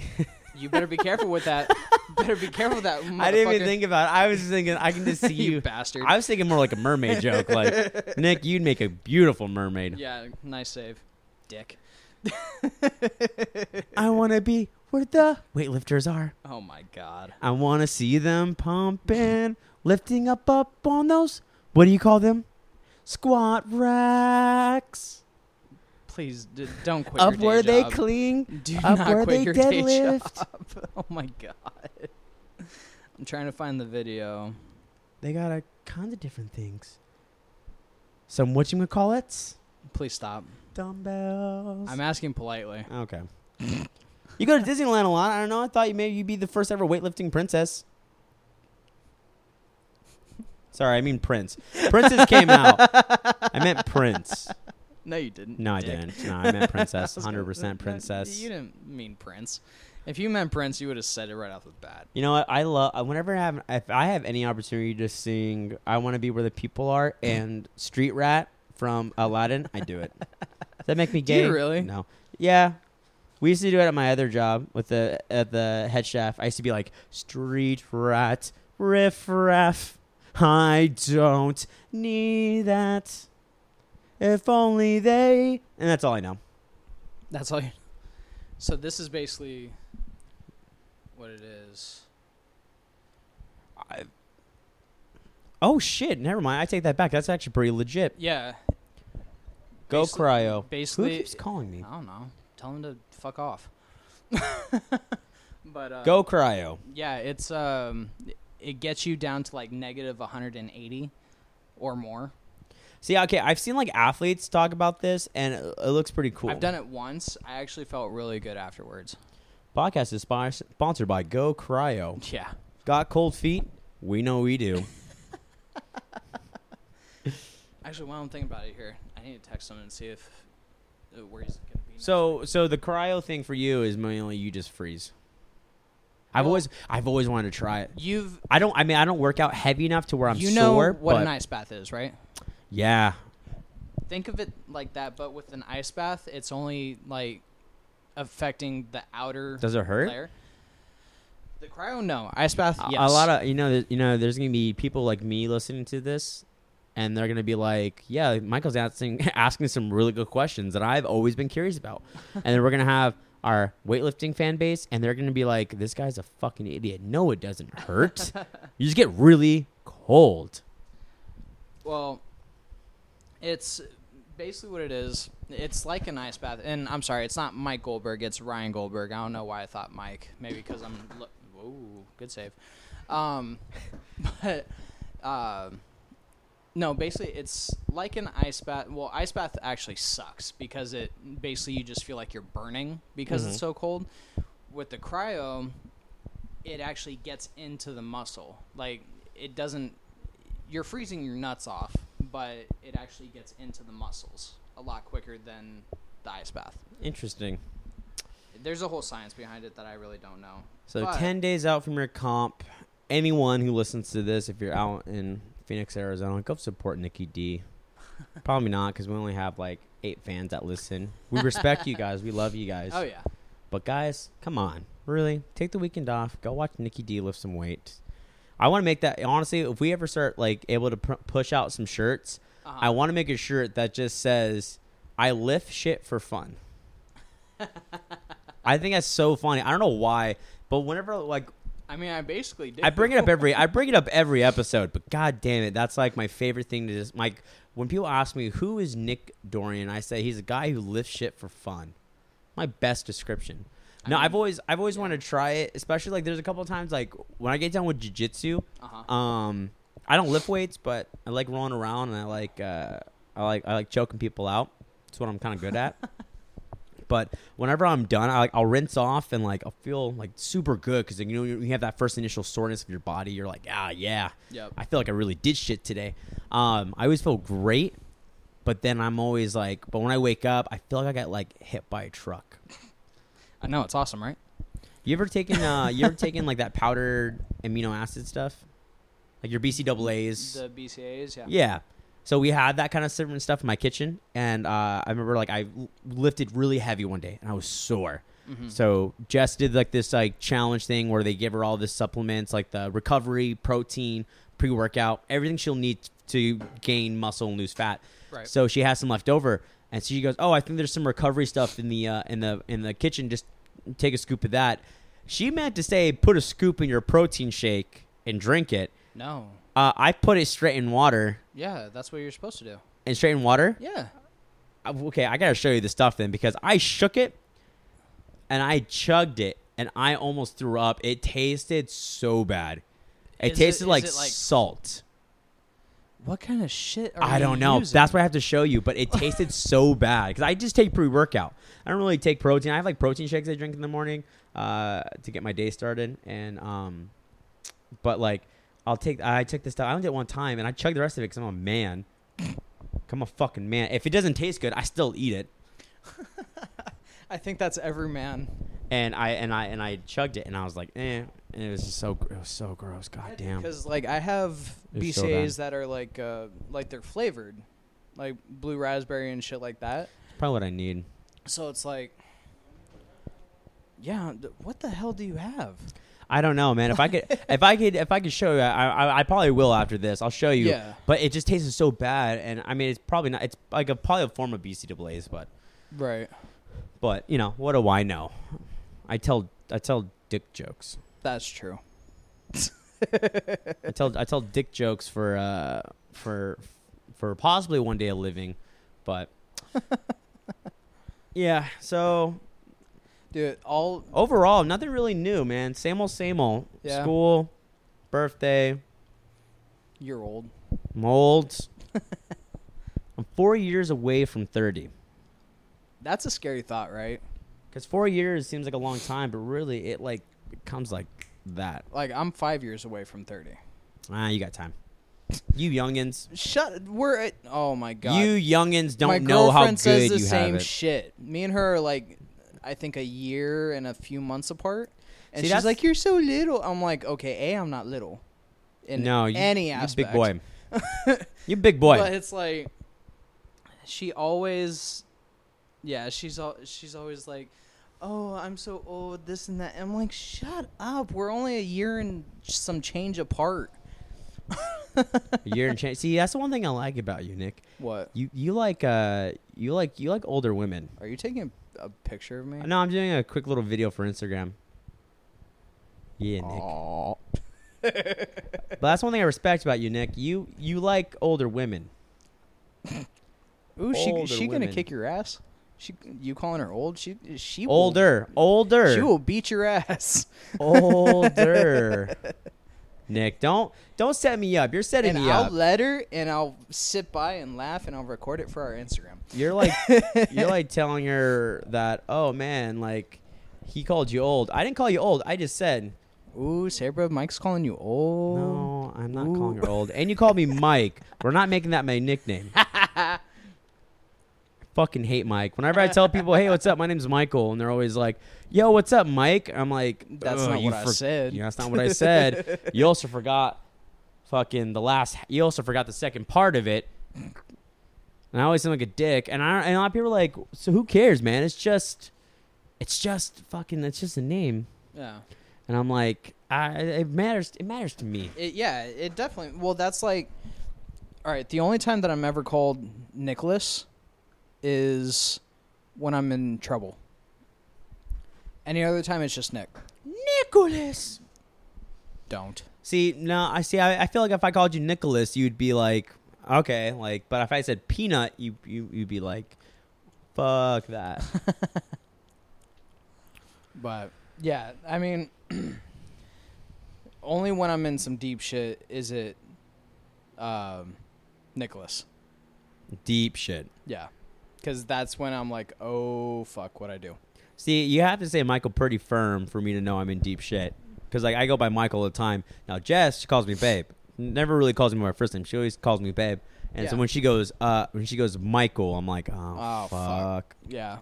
S2: you better be careful with that. better be careful with that.
S1: I didn't even
S2: motherfucker.
S1: think about. it. I was just thinking I can just see
S2: you,
S1: you.
S2: bastard.
S1: I was thinking more like a mermaid joke. Like Nick, you'd make a beautiful mermaid.
S2: yeah, nice save, dick.
S1: I want to be where the weightlifters are.
S2: Oh my god.
S1: I want to see them pumping, lifting up up on those. What do you call them? Squat racks.
S2: Please d- don't quit.
S1: up
S2: your day
S1: where they
S2: job.
S1: cling.
S2: Do
S1: up
S2: not
S1: where
S2: quit
S1: they
S2: your day
S1: deadlift.
S2: job. Oh my god. I'm trying to find the video.
S1: They got a kind of different things. Some what you gonna call it?
S2: Please stop.
S1: Dumbbells.
S2: I'm asking politely.
S1: okay. you go to Disneyland a lot. I don't know. I thought you maybe you'd be the first ever weightlifting princess. Sorry, I mean Prince. Princess came out. I meant Prince.
S2: No, you didn't.
S1: No, I
S2: dick.
S1: didn't. No, I meant princess.
S2: I was gonna-
S1: Hundred percent
S2: no,
S1: princess.
S2: You didn't mean Prince. If you meant Prince, you would have said it right off the bat.
S1: You know what? I love whenever I have if I have any opportunity to sing I want to be where the people are and Street Rat from Aladdin, I do it. Does that make me
S2: Do
S1: gay?
S2: you really?
S1: No. Yeah. We used to do it at my other job with the at the head chef. I used to be like Street Rat riff raff. I don't need that. If only they and that's all I know.
S2: That's all. You- so this is basically what it is.
S1: Oh shit, never mind. I take that back. That's actually pretty legit.
S2: Yeah.
S1: Go
S2: Basically-
S1: cryo.
S2: Basically, uh,
S1: Who keeps calling me?
S2: I don't know. Tell him to fuck off. but uh,
S1: Go cryo.
S2: Yeah, it's um, it gets you down to like negative 180 or more.
S1: See, okay, I've seen like athletes talk about this, and it, it looks pretty cool.
S2: I've done it once. I actually felt really good afterwards.
S1: Podcast is spon- sponsored by Go Cryo.
S2: Yeah.
S1: Got cold feet? We know we do.
S2: Actually, while I'm thinking about it here, I need to text him and see if uh, where he's gonna be. next
S1: so, so the cryo thing for you is mainly you just freeze. I've
S2: Well-
S1: always, I've always wanted to try it.
S2: week. you've
S1: I don't. I mean, I don't work out heavy enough to where I'm
S2: you know
S1: sore.
S2: what
S1: but
S2: an ice bath is, right?
S1: yeah,
S2: Think of it like that, but with an ice bath, it's only like affecting the outer
S1: does it hurt?
S2: layer. The cryo, no ice bath.
S1: A-
S2: Yes.
S1: A lot of you know, th- you know, there's gonna be people like me listening to this, and they're gonna be like, "Yeah, Michael's asking asking some really good questions that I've always been curious about," and then we're gonna have our weightlifting fan base, and they're gonna be like, "This guy's a fucking idiot. No, it doesn't hurt. you just get really cold."
S2: Well, it's basically what it is. It's like an ice bath, and I'm sorry, it's not Mike Goldberg. It's Ryan Goldberg. I don't know why I thought Mike. Maybe because I'm. Lo- Whoa, good save. Um, but um, no, basically, it's like an ice bath. Well, ice bath actually sucks because it basically you just feel like you're burning because it's so cold. With the cryo, it actually gets into the muscle. Like it doesn't you're freezing your nuts off, but it actually gets into the muscles a lot quicker than the ice bath.
S1: Interesting.
S2: There's a whole science behind it that I really don't know.
S1: So
S2: But-
S1: ten days out from your comp, anyone who listens to this, if you're out in Phoenix, Arizona, go support Nikki D. Probably not because we only have like eight fans that listen. We respect you guys. We love you guys.
S2: Oh yeah,
S1: But guys, come on, really take the weekend off. Go watch Nikki D lift some weight. I want to make that honestly. If we ever start like able to pr- push out some shirts,
S2: Uh-huh.
S1: I want to make a shirt that just says "I lift shit for fun." I think that's so funny. I don't know why, but whenever like
S2: I mean I basically did.
S1: I bring it up every I bring it up every episode, but god damn it, that's like my favorite thing to just like when people ask me who is Nick Dorian, I say he's a guy who lifts shit for fun. My best description. No,
S2: mean,
S1: I've always I've always
S2: yeah.
S1: wanted to try it, especially like there's a couple of times like when I get down with jiu-jitsu,
S2: Uh-huh.
S1: um I don't lift weights, but I like rolling around and I like uh I like I like choking people out. That's what I'm kind of good at. But whenever I'm done, I, like, I'll rinse off and like I'll feel like super good because you know you you have that first initial soreness of your body. You're like, ah, yeah,
S2: Yep.
S1: I feel like I really did shit today. Um, I always feel great, but then I'm always like, but when I wake up, I feel like I got like hit by a truck.
S2: I know it's awesome, right?
S1: You ever taken uh, you ever taken like that powdered amino acid stuff, like your BCAAs?
S2: The BCAAs, yeah.
S1: Yeah. So we had that kind of different stuff in my kitchen, and uh, I remember like I l- lifted really heavy one day, and I was sore. So Jess did like this like challenge thing where they give her all the supplements, like the recovery protein, pre workout, everything she'll need to gain muscle and lose fat.
S2: Right.
S1: So she has some left over, and she goes, "Oh, I think there's some recovery stuff in the uh, in the in the kitchen. Just take a scoop of that." She meant to say, "Put a scoop in your protein shake and drink it."
S2: No.
S1: Uh, I put it straight in water
S2: Yeah, that's what you're supposed to do.
S1: and straight in water.
S2: Yeah.
S1: Uh, Okay, I gotta show you the stuff then because I shook it and I chugged it and I almost threw up. It tasted so bad. It
S2: Is it-
S1: tasted
S2: is
S1: like,
S2: it like-
S1: salt.
S2: What kind of shit are
S1: I
S2: you
S1: don't know.
S2: using?
S1: That's what I have to show you. But it tasted so bad because I just take pre workout. I don't really take protein. I have like protein shakes I drink in the morning uh, to get my day started. And um, but like I'll take I took this stuff. I only did it one time and I chugged the rest of it because I'm a man. I'm a fucking man. If it doesn't taste good, I still eat it.
S2: I think that's every man.
S1: And I and I and I chugged it and I was like, eh. And it was just so gr- it was so gross. God damn.
S2: Because like I have
S1: It's so
S2: BCAs that are like uh like they're flavored, like blue raspberry and shit like that.
S1: Probably what I need.
S2: So it's like, yeah, th- what the hell do you have?
S1: I don't know, man. If I could, if I could, if I could show you, I, I, I probably will after this. I'll show you.
S2: Yeah.
S1: But it just tasted so bad, and I mean, it's probably not. It's like a probably a form of BC Blaze, but
S2: Right.
S1: but you know, what do I know? I tell I tell dick jokes.
S2: That's true.
S1: I tell I tell dick jokes for uh for for possibly one day a living, but yeah. So
S2: Dude, all
S1: overall, nothing really new, man. Same old, same old.
S2: Yeah.
S1: School, birthday,
S2: you're old.
S1: molds. I'm four years away from 30.
S2: That's a scary thought, right?
S1: Because four years seems like a long time, but really it like it comes like that.
S2: Like I'm five years away from thirty.
S1: Ah, you got time. You youngins.
S2: Shut. We're at. Oh my god.
S1: You youngins don't
S2: my
S1: know how
S2: girlfriend
S1: good
S2: says the
S1: you
S2: same
S1: have it.
S2: shit. Me and her are like, I think a year and a few months apart, and
S1: See,
S2: she's
S1: that's-
S2: like, "You're so little." I'm like, "Okay, a, I'm not little." In
S1: no, you,
S2: any
S1: you
S2: aspect,
S1: big boy. you big boy.
S2: But it's like, she always, yeah, she's all she's always like, "Oh, I'm so old," this and that. I'm like, "Shut up! We're only a year and some change apart."
S1: a year and change. See, that's the one thing I like about you, Nick.
S2: What?
S1: You you like uh you like you like older women.
S2: Are you taking a picture of me?
S1: Uh, No, I'm doing a quick little video for Instagram. Yeah, Nick.
S2: Aw.
S1: But that's one thing I respect about you, Nick. You you like older women.
S2: Ooh, she
S1: Older
S2: she gonna
S1: women.
S2: kick your ass. She you calling her old? She she will-
S1: Older, older,
S2: she will beat your ass.
S1: older. Nick, don't don't set me up. You're setting
S2: And
S1: me
S2: I'll
S1: up.
S2: let her, and I'll sit by and laugh, and I'll record it for our Instagram.
S1: You're like you're like telling her that. Oh man, like he called you old. I didn't call you old. I just said
S2: Ooh, Sabra, Mike's calling you old.
S1: no. I'm not
S2: Ooh.
S1: calling her old. And you called me Mike. We're not making that my nickname. Fucking hate Mike. Whenever I tell people, "Hey, what's up? My name's Michael," and they're always like, "Yo, what's up, Mike?" I'm like,
S2: That's
S1: "Ugh,
S2: not
S1: you
S2: what I said."
S1: Yeah, that's not what I said. you also forgot fucking the last. You also forgot the second part of it. And I always sound like a dick. And I and a lot of people are like, so who cares, man? It's just, it's just fucking. It's just a name.
S2: Yeah,
S1: And I'm like, I, it matters. It matters to me.
S2: it, yeah, it definitely. Well, that's like, all right. The only time that I'm ever called Nicholas is when I'm in trouble. Any other time, it's just Nick.
S1: Nicholas.
S2: Don't.
S1: See, no, I see. I, I feel like if I called you Nicholas, you'd be like, okay, like. But if I said Peanut, you you you'd be like, fuck that.
S2: But yeah, I mean, only when I'm in some deep shit is it um, Nicholas.
S1: Deep shit.
S2: Yeah, because that's when I'm like, oh fuck, what I do.
S1: See, you have to say Michael pretty firm for me to know I'm in deep shit. Because like I go by Michael all the time. Now Jess, she calls me babe. Never really calls me by my first name. She always calls me babe. And so
S2: Yeah.
S1: when she goes, uh, when she goes Michael, I'm like, oh,
S2: Oh,
S1: fuck.
S2: fuck. Yeah.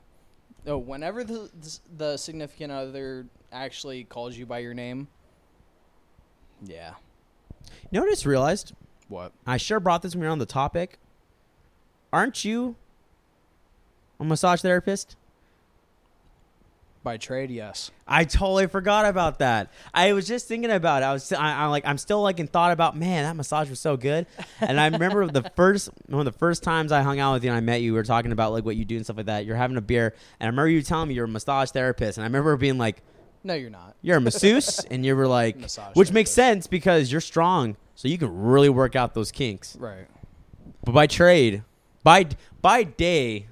S2: No, whenever the the significant other actually calls you by your name. Yeah.
S1: You know what I just realized?
S2: What?
S1: I sure brought this when we were on the topic. Aren't you a massage therapist?
S2: By trade, yes.
S1: I totally forgot about that. I was just thinking about it. I was, I, I like, I'm still like in thought about, man, that massage was so good. And I remember the first one of the first times I hung out with you and I met you, we were talking about like what you do and stuff like that. You're having a beer, and I remember you telling me you're a massage therapist, and I remember being like,
S2: No, you're not.
S1: you're a masseuse, and you were like,
S2: Massage
S1: which makes
S2: therapist.
S1: sense because you're strong, so you can really work out those kinks.
S2: Right.
S1: But by trade, by by day,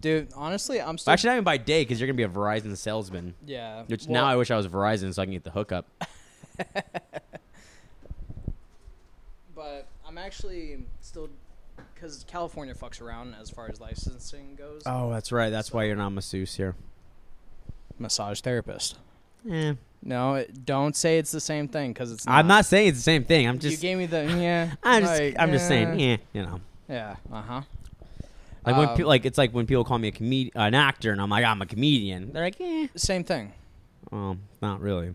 S2: Dude, honestly, I'm still.
S1: actually not even by day, because you're gonna be a Verizon salesman.
S2: yeah.
S1: Which
S2: Well,
S1: now I wish I was Verizon so I can get the hookup.
S2: But I I'm actually still because California fucks around as far as licensing goes.
S1: Oh, that's right. That's why you're not masseuse here.
S2: Massage therapist.
S1: Eh.
S2: No, it, don't say it's the same thing because it's. Not.
S1: I'm not saying it's the same thing. I'm
S2: you
S1: just.
S2: gave me the yeah.
S1: I'm just.
S2: like,
S1: I'm just saying.
S2: Yeah.
S1: Yeah. You know.
S2: yeah uh huh.
S1: Like when
S2: Um,
S1: people like it's like when people call me a comed- an actor and I'm like I'm a comedian. They're like, eh,
S2: Same thing.
S1: well, not really. I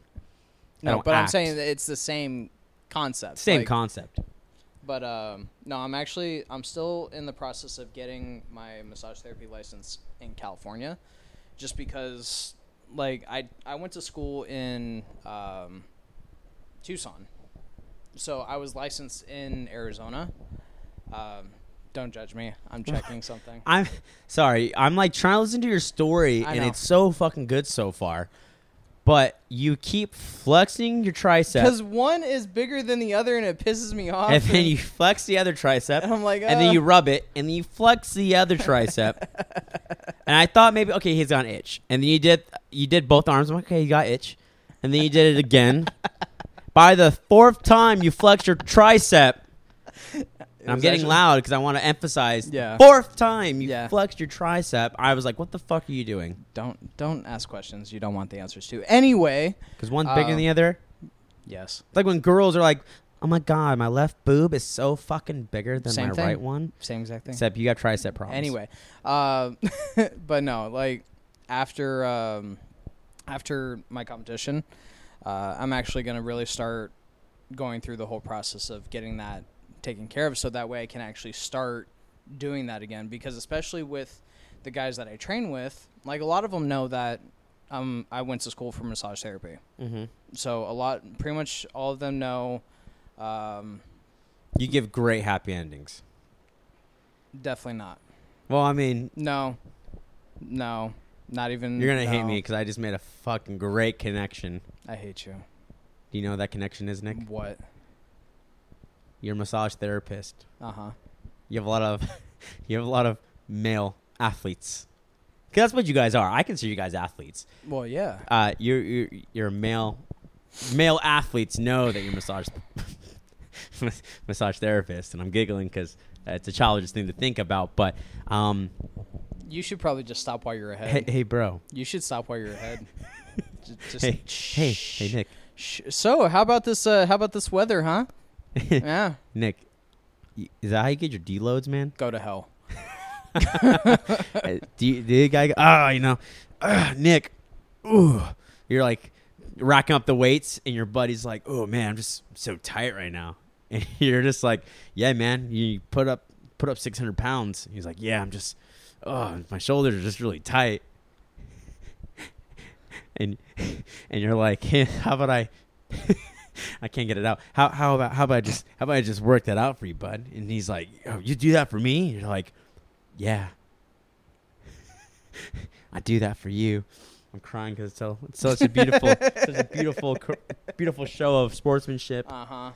S2: No,
S1: don't
S2: but I'm
S1: act.
S2: saying that it's the same concept.
S1: Same
S2: like,
S1: concept.
S2: But um, no, I'm actually I'm still in the process of getting my massage therapy license in California, just because like I I went to school in um, Tucson, so I was licensed in Arizona. Um, don't judge me. I'm checking something.
S1: I'm sorry. I'm like trying to listen to your story
S2: I
S1: and
S2: know.
S1: it's so fucking good so far, but you keep flexing your tricep
S2: Because one is bigger than the other, and it pisses me off.
S1: and then you flex the other tricep
S2: and I'm like,
S1: and then
S2: "Uh."
S1: you rub it and then you flex the other tricep. And I thought maybe okay, he's got an itch. And then you did you did both arms. I'm like, okay, he got itch. And then you did it again. By the fourth time you flexed your tricep. And I'm
S2: was
S1: getting
S2: actually-
S1: loud because I want to emphasize.
S2: Yeah.
S1: Fourth time you
S2: Yeah.
S1: flexed your tricep, I was like, "What the fuck are you doing?"
S2: don't don't ask questions you don't want the answers to. Anyway,
S1: Because one's bigger
S2: Um,
S1: than the other.
S2: yes,
S1: It's like when girls are like, "Oh my god, my left boob is so fucking bigger than
S2: Same
S1: my
S2: thing.
S1: right one."
S2: same exact thing.
S1: Except you got tricep problems.
S2: Anyway, uh, but no, like after um, after my competition, uh, I'm actually gonna really start going through the whole process of getting that taken care of, so that way I can actually start doing that again. Because especially with the guys that I train with, like a lot of them know that um, I went to school for massage therapy.
S1: hmm
S2: So a lot, pretty much all of them know. Um,
S1: you give great happy endings.
S2: definitely not.
S1: Well, I mean,
S2: No, no, not even.
S1: you're gonna hate
S2: no.
S1: me because I just made a fucking great connection.
S2: I hate you.
S1: Do you know what that connection is, Nick?
S2: What?
S1: You're a massage therapist.
S2: Uh huh.
S1: You have a lot of, you have a lot of male athletes. Because that's what you guys are. I consider you guys athletes.
S2: Well, yeah.
S1: uh, you're, you're you're male male athletes know that you're massage massage therapist, and I'm giggling because it's a childish thing to think about. But um,
S2: You should probably just stop while you're
S1: hey,
S2: ahead.
S1: hey, bro,
S2: You should stop while you're ahead. Ju- just,
S1: hey, hey,
S2: shh.
S1: hey, Nick,
S2: Shh. So, how about this? Uh, how about this weather, huh? yeah.
S1: Nick, y- is that how you get your D loads, man?
S2: Go to hell.
S1: Uh, do you, do the guy? go, Ah, you know, ah, Nick, ooh, you're like racking up the weights, and your buddy's like, oh man, I'm just so tight right now, and you're just like, yeah, man, you put up put up 600 pounds. He's like, yeah, I'm just, oh, my shoulders are just really tight, and and you're like, "Eh, how about I? I can't get it out. How how about how about I just how about I just work that out for you, bud? And he's like, oh, you do that for me? And you're like, yeah. I do that for you. I'm crying because it's so it's such a beautiful, such a beautiful, cr- beautiful show of sportsmanship.
S2: Uh huh.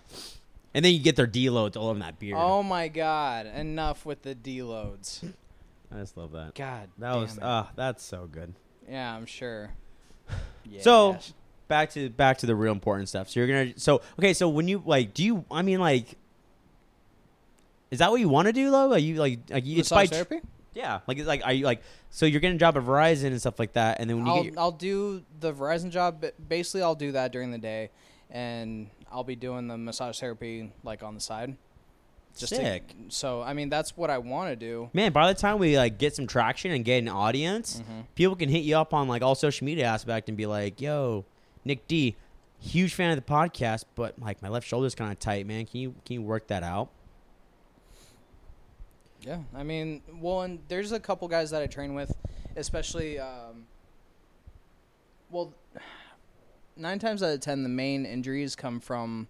S1: And then you get their D loads all over that beard.
S2: Oh my God! Enough with the D loads.
S1: I just love that.
S2: God.
S1: That
S2: damn
S1: was
S2: it.
S1: ah, that's so good.
S2: yeah, I'm sure.
S1: So-
S2: Yes.
S1: Back to back to the real important stuff. So you're gonna so okay. So when you like, do you? I mean, like, is that what you want to do though? Are you like, like you- it's by
S2: Massage
S1: tr-
S2: therapy.
S1: yeah, like it's like are you like so you're getting a job at Verizon and stuff like that, and then when you
S2: I'll,
S1: get your,
S2: I'll do the Verizon job. but Basically, I'll do that during the day, and I'll be doing the massage therapy like on the side. to-
S1: sick.
S2: so I mean, that's what I want to do.
S1: Man, by the time we like get some traction and get an audience,
S2: Mm-hmm.
S1: people can hit you up on like all social media aspect and be like, "Yo, Nick D, huge fan of the podcast, but like my left shoulder's kind of tight, man. Can you can you work that out?"
S2: Yeah, I mean, well, and there's a couple guys that I train with, especially. Um, well, nine times out of ten, the main injuries come from,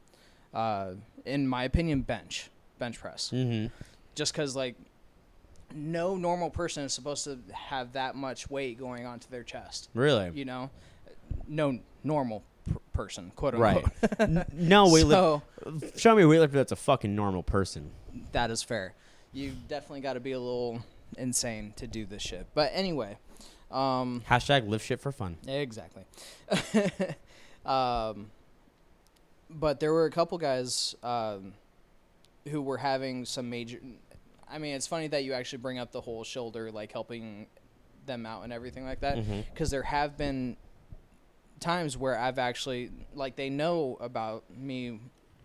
S2: uh, in my opinion, bench bench press.
S1: Mm-hmm.
S2: just because like no normal person is supposed to have that much weight going onto their chest
S1: Really?
S2: you know no normal pr- person quote
S1: Right.
S2: unquote
S1: N- no weightlifter.
S2: so
S1: show me a weightlifter that's a fucking normal person.
S2: that is fair you definitely got to be a little insane to do this shit but anyway um
S1: Hashtag lift shit for fun.
S2: Exactly. um, but there were a couple guys um, who were having some major. I mean, it's funny that you actually bring up the whole shoulder, like helping them out and everything like that, because there have been times where I've actually like they know about me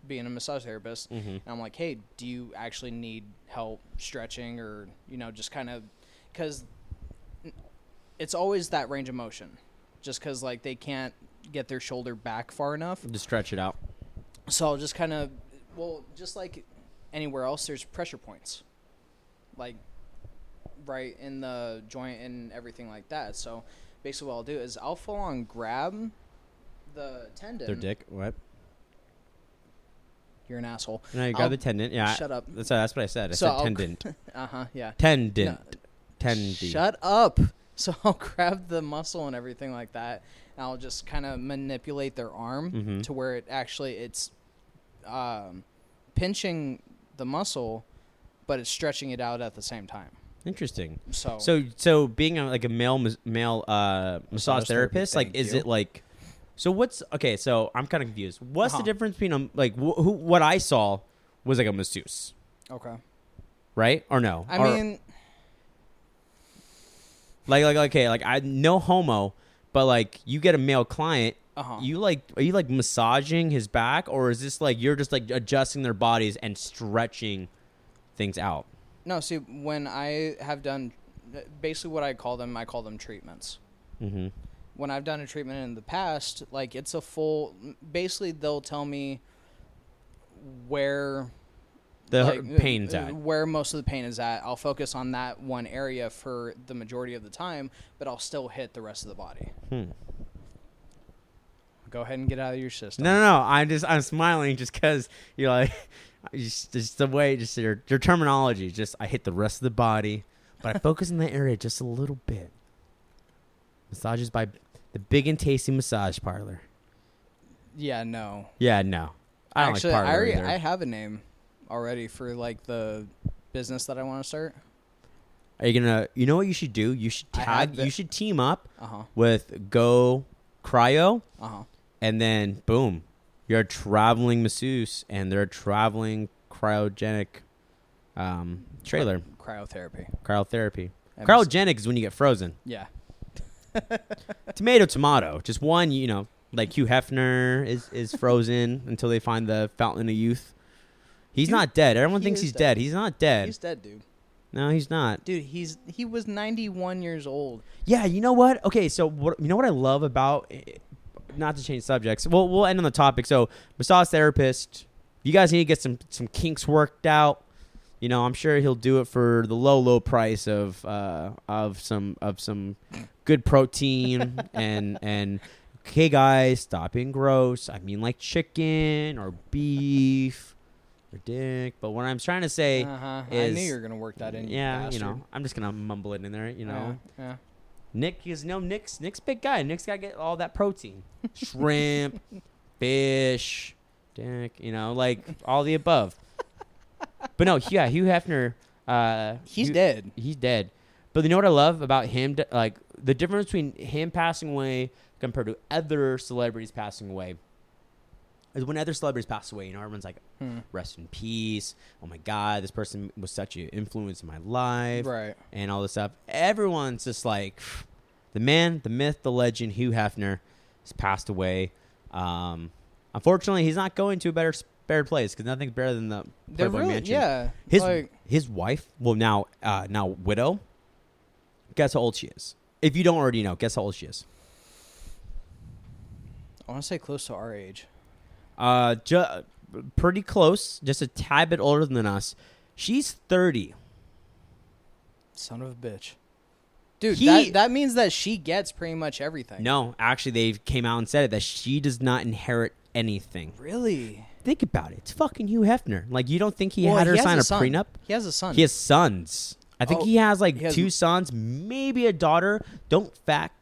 S2: being a massage therapist, and I'm like, hey, do you actually need help stretching or you know just kind of because it's always that range of motion, just because like they can't get their shoulder back far enough,
S1: Just stretch it out.
S2: so I'll just kind of, well, just like anywhere else, there's pressure points, like right in the joint and everything like that. So basically, what I'll do is I'll full on grab the tendon.
S1: Their dick. What?
S2: You're an asshole.
S1: No, you grab
S2: I'll-
S1: the tendon. Yeah. I-
S2: shut up.
S1: That's, that's what I said. I
S2: So
S1: said
S2: I'll-
S1: tendon.
S2: Uh huh. Yeah.
S1: Tendon.
S2: No.
S1: Tendon.
S2: Shut up. So I'll grab the muscle and everything like that, and I'll just kind of manipulate their arm
S1: Mhm.
S2: to where it actually it's um, pinching the muscle, but it's stretching it out at the same time.
S1: Interesting.
S2: So,
S1: So so being a, like a male mas- male uh, massage
S2: Massage therapy,
S1: therapist, like
S2: thank
S1: is
S2: you.
S1: it like so what's okay? So I'm kind of confused. What's
S2: Uh-huh.
S1: the difference between um like wh- who what I saw was like a masseuse,
S2: okay.
S1: right or no?
S2: I
S1: Or-
S2: mean,
S1: like like okay, like I no homo, but like you get a male client.
S2: Uh-huh.
S1: You like are you like massaging his back, or is this like you're just like adjusting their bodies and stretching things out?
S2: no. See, when I have done, basically what I call them, I call them treatments.
S1: Mm-hmm.
S2: When I've done a treatment in the past, like it's a full. Basically, they'll tell me where
S1: The
S2: like,
S1: pain's
S2: uh,
S1: at.
S2: where most of the pain is at. I'll focus on that one area for the majority of the time, but I'll still hit the rest of the body.
S1: Hmm.
S2: Go ahead and get out of your system.
S1: No, no, no. I'm just I'm smiling just because you're like just, just the way just your your terminology. Just I hit the rest of the body, but I focus in that area just a little bit. Massages by the big and tasty massage parlor.
S2: Yeah, no.
S1: Yeah, no, I don't
S2: Actually,
S1: like
S2: I,
S1: parlor
S2: already,
S1: either.
S2: I have a name already for like the business that I want to start.
S1: Are you gonna? You know what you should do? You should
S2: I have
S1: tag.
S2: the-
S1: you should team up
S2: Uh huh.
S1: with Go Cryo,
S2: Uh huh.
S1: and then boom, you're a traveling masseuse, and they're a traveling cryogenic um, trailer.
S2: Cryotherapy.
S1: Cryotherapy.
S2: And mis-
S1: Cryogenic is when you get frozen.
S2: yeah.
S1: Tomato, tomato. Just one, you know, like Hugh Hefner is, is frozen until they find the fountain of youth. He's
S2: He-
S1: not dead. Everyone
S2: he
S1: thinks
S2: is
S1: he's
S2: dead.
S1: dead. He's not dead.
S2: He's dead, dude.
S1: no, he's not.
S2: Dude, he's he was 91 years old.
S1: Yeah, you know what? Okay, so what you know what I love about eh, not to change subjects. Well, we'll end on the topic. So, massage therapist, you guys need to get some some kinks worked out. You know, I'm sure he'll do it for the low low price of uh of some of some good protein and and okay guys, stop being gross. I mean like chicken or beef or dick, but what I'm trying to say
S2: uh-huh. I
S1: is-
S2: knew you were gonna work that in. you
S1: yeah,
S2: bastard.
S1: you know, I'm just gonna mumble it in there. You know,
S2: Yeah. yeah.
S1: Nick is no Nick's Nick's big guy. Nick's got to get all that protein, shrimp, fish, dick. You know, like all the above. But no, yeah, Hugh Hefner. Uh,
S2: He's
S1: Hugh-
S2: dead.
S1: He's dead. But you know what I love about him? d- Like the difference between him passing away compared to other celebrities passing away is when other celebrities pass away. You know, everyone's like,
S2: Hmm.
S1: "Rest in peace." Oh my God, this person was such an influence in my life
S2: Right.
S1: and all this stuff. Everyone's just like, the man, the myth, the legend, Hugh Hefner, has passed away. Um, unfortunately, he's not going to a better better place because nothing's better than the
S2: They're
S1: Playboy
S2: really
S1: Mansion.
S2: yeah.
S1: His
S2: like,
S1: his wife, well now uh, now widow. Guess how old she is? If you don't already know, guess how old she is?
S2: I want to say close to our age.
S1: Uh, ju- pretty close, just a tad bit older than us. She's thirty.
S2: Son of a bitch. Dude,
S1: He-
S2: that, that means that she gets pretty much everything.
S1: No, actually, they came out and said it that she does not inherit anything.
S2: Really?
S1: Think about it. It's fucking Hugh Hefner. Like you don't think he
S2: Well,
S1: had her
S2: has
S1: sign a
S2: son.
S1: prenup?
S2: He has a son.
S1: He has sons. I think
S2: Oh,
S1: he has like
S2: he has-
S1: two sons, maybe a daughter. Don't fact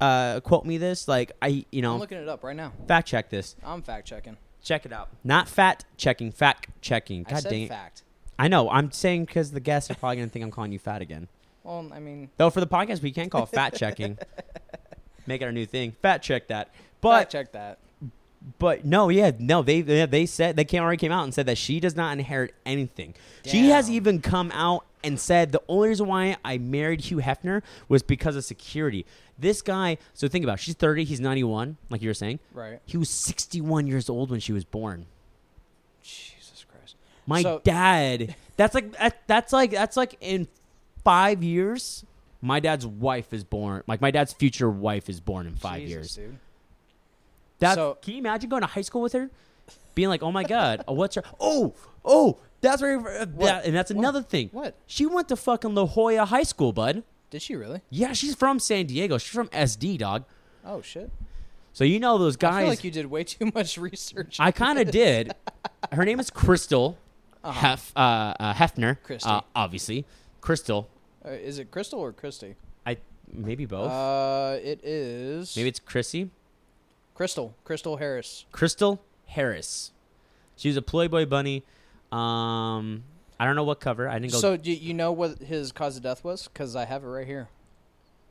S1: uh, quote me this. Like I, you know,
S2: I'm looking it up right now.
S1: fact check this.
S2: I'm fact checking.
S1: Check it out. Not fat checking, fact checking.
S2: I
S1: God
S2: said
S1: dang it.
S2: fact.
S1: I know. I'm saying because the guests are probably gonna think I'm calling you fat again.
S2: Well, I mean,
S1: Though for the podcast, we can call it fat checking. Make it our new thing. Fat check that. But
S2: fact check that.
S1: But no, yeah, no, they they they said they came already came out and said that she does not inherit anything. She has
S2: Damn.
S1: even come out and said the only reason why I married Hugh Hefner was because of security. This guy, so think about, it, she's 30, he's 91, like you were saying.
S2: Right.
S1: He was 61 years old when she was born.
S2: Jesus Christ.
S1: My
S2: So-
S1: dad. That's like that, that's like that's like in 5 years my dad's wife is born. Like my dad's future wife is born in 5
S2: Jesus,
S1: years.
S2: dude.
S1: That
S2: So-
S1: can you imagine going to high school with her, being like, "Oh my god, oh, what's her? Oh, oh, that's right." uh, That, and that's
S2: What?
S1: another thing.
S2: What?
S1: She went to fucking La Jolla High School, bud.
S2: Did she really?
S1: Yeah, she's from San Diego. She's from SD, dog.
S2: Oh shit.
S1: So you know those guys.
S2: I feel like you did way too much research.
S1: I kind of did. Her name is Crystal Hef, uh, uh, Hefner.
S2: Uh-huh. Christy.
S1: uh, obviously, Crystal.
S2: Uh, is it Crystal or Christy?
S1: I maybe both.
S2: Uh, it is.
S1: maybe it's Chrissy.
S2: Crystal. Crystal Harris.
S1: Crystal Harris. She was a Playboy bunny. Um, I don't know what cover. I didn't go.
S2: So do you know what his cause of death was? Because I have it right here.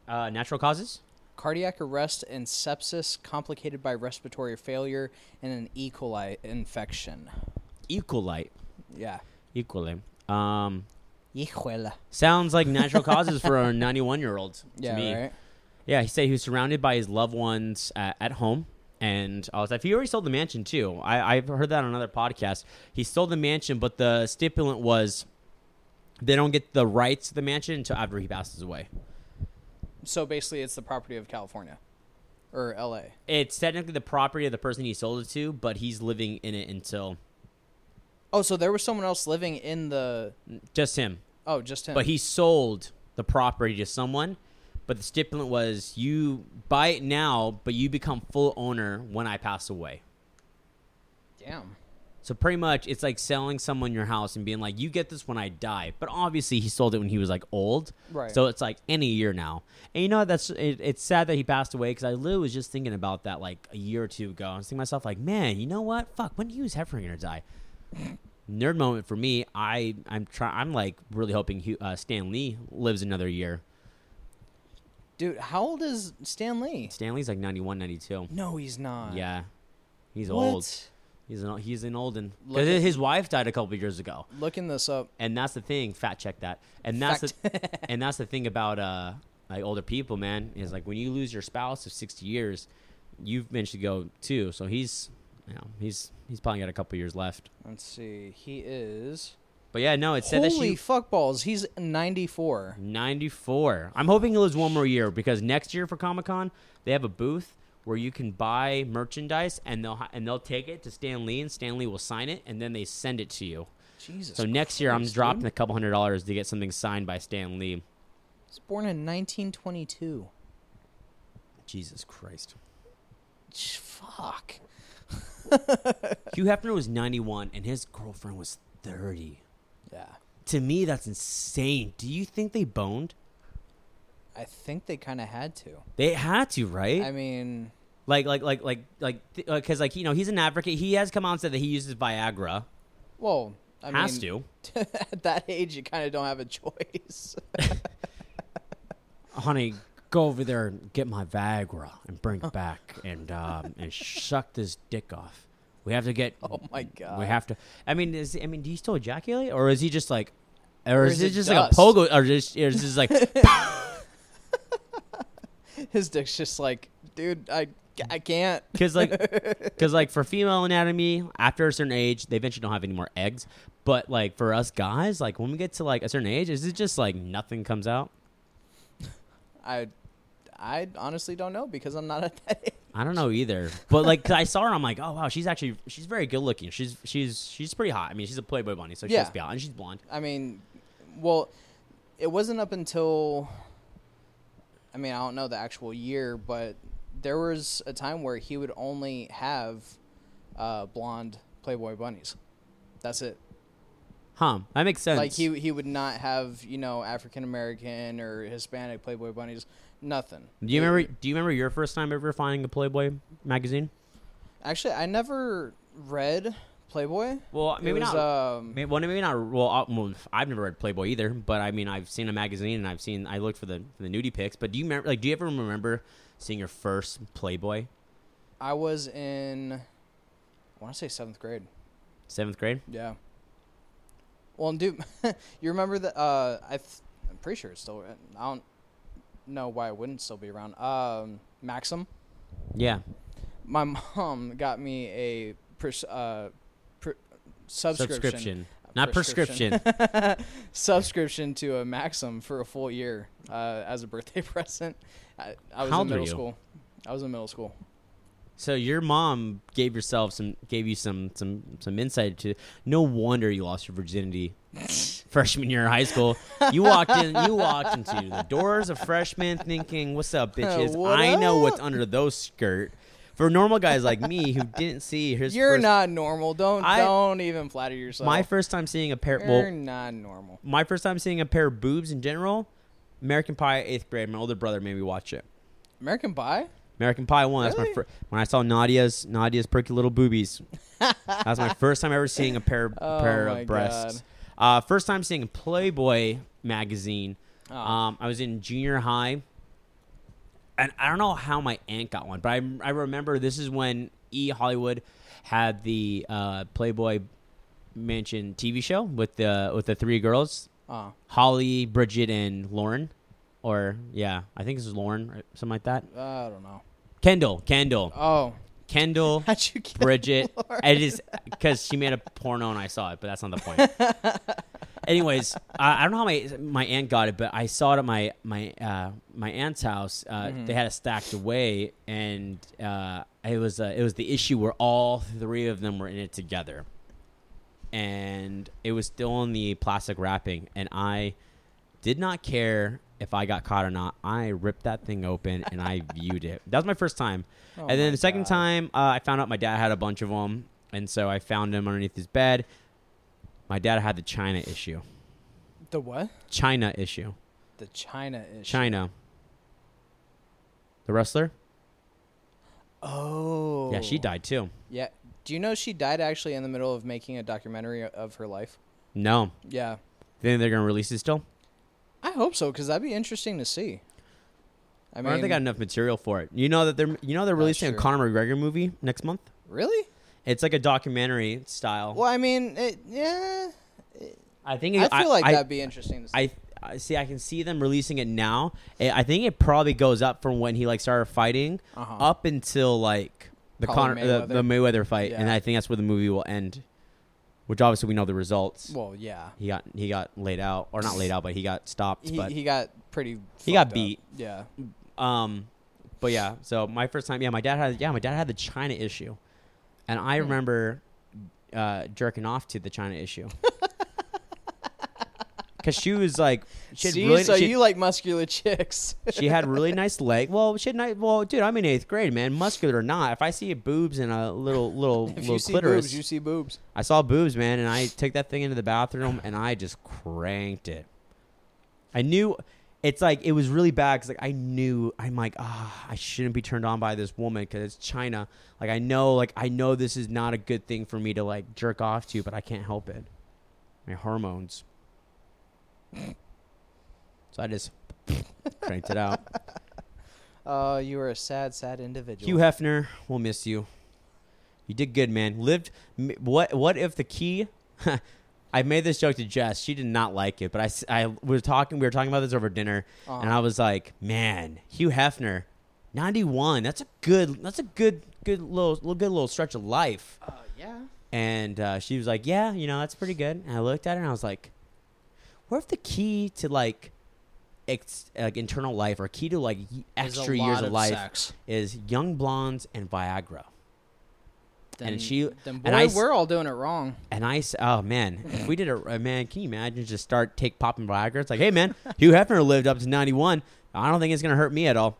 S1: uh, natural causes.
S2: Cardiac arrest and sepsis complicated by respiratory failure and an E. coli infection.
S1: Equalite.
S2: Yeah.
S1: Equally. Um,
S2: Híjole.
S1: sounds like natural causes for a 91 year old to
S2: Yeah,
S1: me.
S2: right.
S1: Yeah, he said he was surrounded by his loved ones uh, at home. And I was like, he already sold the mansion too. I, I've heard that on another podcast. He sold the mansion, but the stipulant was they don't get the rights to the mansion until after he passes away.
S2: So basically, it's the property of California or LA.
S1: It's technically the property of the person he sold it to, but he's living in it until
S2: Oh, so there was someone else living in the.
S1: just him.
S2: Oh, just him.
S1: But he sold the property to someone. But the stipulant was you buy it now, but you become full owner when I pass away.
S2: Damn.
S1: So pretty much, it's like selling someone your house and being like, "You get this when I die." But obviously, he sold it when he was like old,
S2: Right.
S1: So it's like any year now. And you know what? that's it, it's sad that he passed away because I literally was just thinking about that like a year or two ago. I was thinking to myself like, "Man, you know what? Fuck, when Hugh Hefner gonna die?" Nerd moment for me. I I'm trying. I'm like really hoping Hugh, uh, Stan Lee lives another year.
S2: Dude, how old is Stan Lee?
S1: Stan Lee's like 91, 92.
S2: No, he's not.
S1: yeah, he's
S2: What?
S1: old. He's an he's an old and
S2: Look at-
S1: his wife died a couple years ago.
S2: Looking this up.
S1: and that's the thing fact check that and that's the and that's the thing about uh like older people man is like when you lose your spouse of 60 years you've eventually go too so he's you know he's he's probably got a couple years left
S2: Let's see. He is.
S1: but yeah no it said that
S2: Holy
S1: she
S2: fuck balls. He's 94.
S1: 94 i'm hoping he lives one more year because next year for comic-con they have a booth where you can buy merchandise and they'll ha- and they'll take it to stan lee and stan lee will sign it and then they send it to you
S2: Jesus.
S1: so next year i'm
S2: Christ,
S1: dropping
S2: dude.
S1: a couple hundred dollars to get something signed by stan lee
S2: He's born in 1922.
S1: jesus christ
S2: Ch- Fuck.
S1: Hugh Hefner was 91 and his girlfriend was 30.
S2: Yeah.
S1: To me, that's insane. Do you think they boned?
S2: I think they kind of had to.
S1: They had to, right?
S2: I mean,
S1: like, like, like, like, like, because, uh 'cause like, you know, he's an advocate. He has come out and said that he uses Viagra.
S2: well, I
S1: has
S2: mean,
S1: to.
S2: at that age, you kind of don't have a choice. Oh
S1: Honey, go over there and get my Viagra and bring it back and um, and suck this dick off. We have to get.
S2: oh my god.
S1: We have to. I mean, is I mean, do you still ejaculate, or is he just like, or, is,
S2: is
S1: it
S2: it
S1: just
S2: dust?
S1: like a pogo, or is, or is this like
S2: His dick's just like, dude, I, I can't.
S1: Because like, because like for female anatomy, after a certain age, they eventually don't have any more eggs. But like for us guys, like when we get to like a certain age, is it just like nothing comes out?
S2: I, I honestly don't know because I'm not at that age.
S1: I don't know either. But like, 'cause I saw her, I'm like, oh wow, she's actually she's very good looking. She's she's she's pretty hot. I mean, she's a Playboy bunny, so she
S2: Yeah.
S1: has to be hot, and she's blonde.
S2: I mean, well, it wasn't up until I mean, I don't know the actual year, but there was a time where he would only have uh, blonde Playboy bunnies. That's it.
S1: Huh? That makes sense.
S2: Like he he would not have you know African American or Hispanic Playboy bunnies. Nothing.
S1: Do you remember? Do you remember your first time ever finding a Playboy magazine?
S2: Actually, I never read Playboy.
S1: Well,
S2: It
S1: maybe
S2: was,
S1: not.
S2: Um,
S1: Maybe, well, maybe not. Well, uh, well, I've never read Playboy either, but I mean, I've seen a magazine and I've seen. I looked for the for the nudie pics. But do you remember? Like, do you ever remember seeing your first Playboy?
S2: I was in I want to say seventh grade.
S1: Seventh grade.
S2: Yeah. Well, and dude, you remember the? Uh, I th- I'm pretty sure it's still. I don't know why it wouldn't still be around. Um, Maxim.
S1: Yeah.
S2: My mom got me a pres- uh, pr- subscription.
S1: Subscription. Not prescription.
S2: subscription to a Maxim for a full year uh, as a birthday present. I, I was
S1: How old
S2: in
S1: were
S2: middle
S1: you?
S2: school. I was in middle school.
S1: So your mom gave yourself some gave you some some some insight to no wonder you lost your virginity freshman year of high school. You walked in you walked into the doors of freshman thinking, What's up, bitches?
S2: What
S1: I know what's
S2: up?"
S1: under those skirt. For normal guys like me who didn't see his
S2: You're
S1: first,
S2: not normal. Don't
S1: I-
S2: don't even flatter yourself.
S1: my first time seeing a pair
S2: You're
S1: well
S2: not normal.
S1: my first time seeing a pair of boobs in general, American Pie eighth grade, my older brother made me watch it.
S2: American Pie.
S1: American Pie one. That's my
S2: Really?
S1: fir- when I saw Nadia's Nadia's perky little boobies. that was my first time ever seeing a pair
S2: Oh
S1: pair
S2: my
S1: of breasts. Uh, first time seeing a Playboy magazine.
S2: Oh.
S1: Um, I was in junior high, and I don't know how my aunt got one, but I I remember this is when E Hollywood had the uh, Playboy Mansion TV show with the with the three girls
S2: Oh.
S1: Holly, Bridget, and Lauren, or yeah, I think this is Lauren, or something like that.
S2: I don't know.
S1: Kendall, Kendall,
S2: Oh,
S1: Kendall,
S2: how'd you get?
S1: Bridget.
S2: Lauren?
S1: It is because she made a porno and I saw it, but that's not the point. Anyways, I I don't know how my my aunt got it, but I saw it at my my uh, my aunt's house. Uh, They had it stacked away, and uh, it was uh, it was the issue where all three of them were in it together, and it was still in the plastic wrapping, and I did not care if I got caught or not. I ripped that thing open and I viewed it. That was my first time.
S2: Oh
S1: and then
S2: my
S1: the second
S2: God.
S1: time, uh, I found out my dad had a bunch of them, and so I found him underneath his bed. My dad had the China issue.
S2: The what?
S1: China issue.
S2: The China issue.
S1: China. The wrestler?
S2: Oh.
S1: Yeah, she died too.
S2: Yeah. Do you know she died actually in the middle of making a documentary of her life?
S1: No.
S2: Yeah.
S1: Then they're going to release it still?
S2: I hope so because that'd be interesting to see. I
S1: I,
S2: mean,
S1: don't think I got enough material for it. You know that they're you know they're
S2: That's
S1: releasing a
S2: true.
S1: Conor McGregor movie next month?
S2: really?
S1: It's like a documentary style.
S2: Well, I mean, it, yeah.
S1: I think it,
S2: I feel like
S1: I-
S2: that'd be interesting to see.
S1: I, I see. I can see them releasing it now. I I think it probably goes up from when he like started fighting
S2: Uh-huh.
S1: up until like the Connor
S2: Probably
S1: the, the Mayweather fight, and
S2: Yeah.
S1: I think that's where the movie will end. Which obviously we know the results.
S2: well, yeah.
S1: he got he got laid out, or not laid out, but he got stopped.
S2: He,
S1: but
S2: he got pretty.
S1: He got
S2: fucked up.
S1: beat.
S2: Yeah.
S1: um, but yeah. So my first time, yeah, my dad had yeah, my dad had the China issue, and
S2: Hmm.
S1: I remember uh, jerking off to the China issue. Cause she was like, she had
S2: See,
S1: really,
S2: so
S1: she-
S2: you like muscular chicks?
S1: She had really nice leg. Well, she had nice. Well, dude, I'm in eighth grade, man. Muscular or not, if I see boobs and a little little
S2: if
S1: little
S2: you see
S1: clitoris,
S2: boobs, you see boobs.
S1: I saw boobs, man, and I took that thing into the bathroom and I just cranked it. I knew it's like it was really bad because like I knew I'm like ah I shouldn't be turned on by this woman because it's China. Like I know like I know this is not a good thing for me to like jerk off to, but I can't help it. My hormones. so I just cranked it out.
S2: Uh, you were a sad, sad individual.
S1: Hugh Hefner, we'll miss you. You did good, man. Lived. m- What? What if the key? I made this joke to Jess. She did not like it, but I, s- I- we were talking. We were talking about this over dinner,
S2: Uh-huh.
S1: and I was like, "Man, Hugh Hefner, ninety-one. That's a good. That's a good, good little, little good little stretch of life."
S2: Uh, yeah.
S1: And uh, she was like, "Yeah, you know, that's pretty good." And I looked at her and I was like, "What if the key to like, ex- like internal life or key to like y- extra years of life is young blondes and Viagra.
S2: Then,
S1: And she-
S2: then
S1: and
S2: boy,
S1: I s-
S2: we're all doing it wrong.
S1: And I s- oh man, if we did a uh, man, can you imagine just start take popping Viagra? It's like, hey man, Hugh Hefner lived up to ninety one. I don't think it's gonna hurt me at all.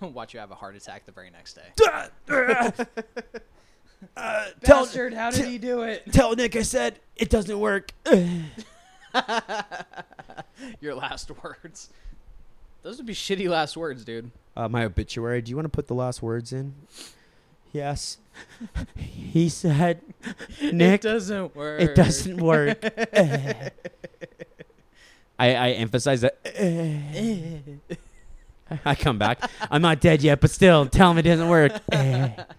S2: Watch you have a heart attack the very next day.
S1: tell-
S2: how
S1: did
S2: he do it?
S1: Tell Nick I said it doesn't work. Uh,
S2: Your last words. Those would be shitty last words, dude.
S1: Uh, my obituary. Do you want to put the last words in? Yes. he said, Nick,
S2: it doesn't work.
S1: it doesn't work. I, I emphasize that. I come back. I'm not dead yet, but still, tell him it doesn't work.
S2: Uh,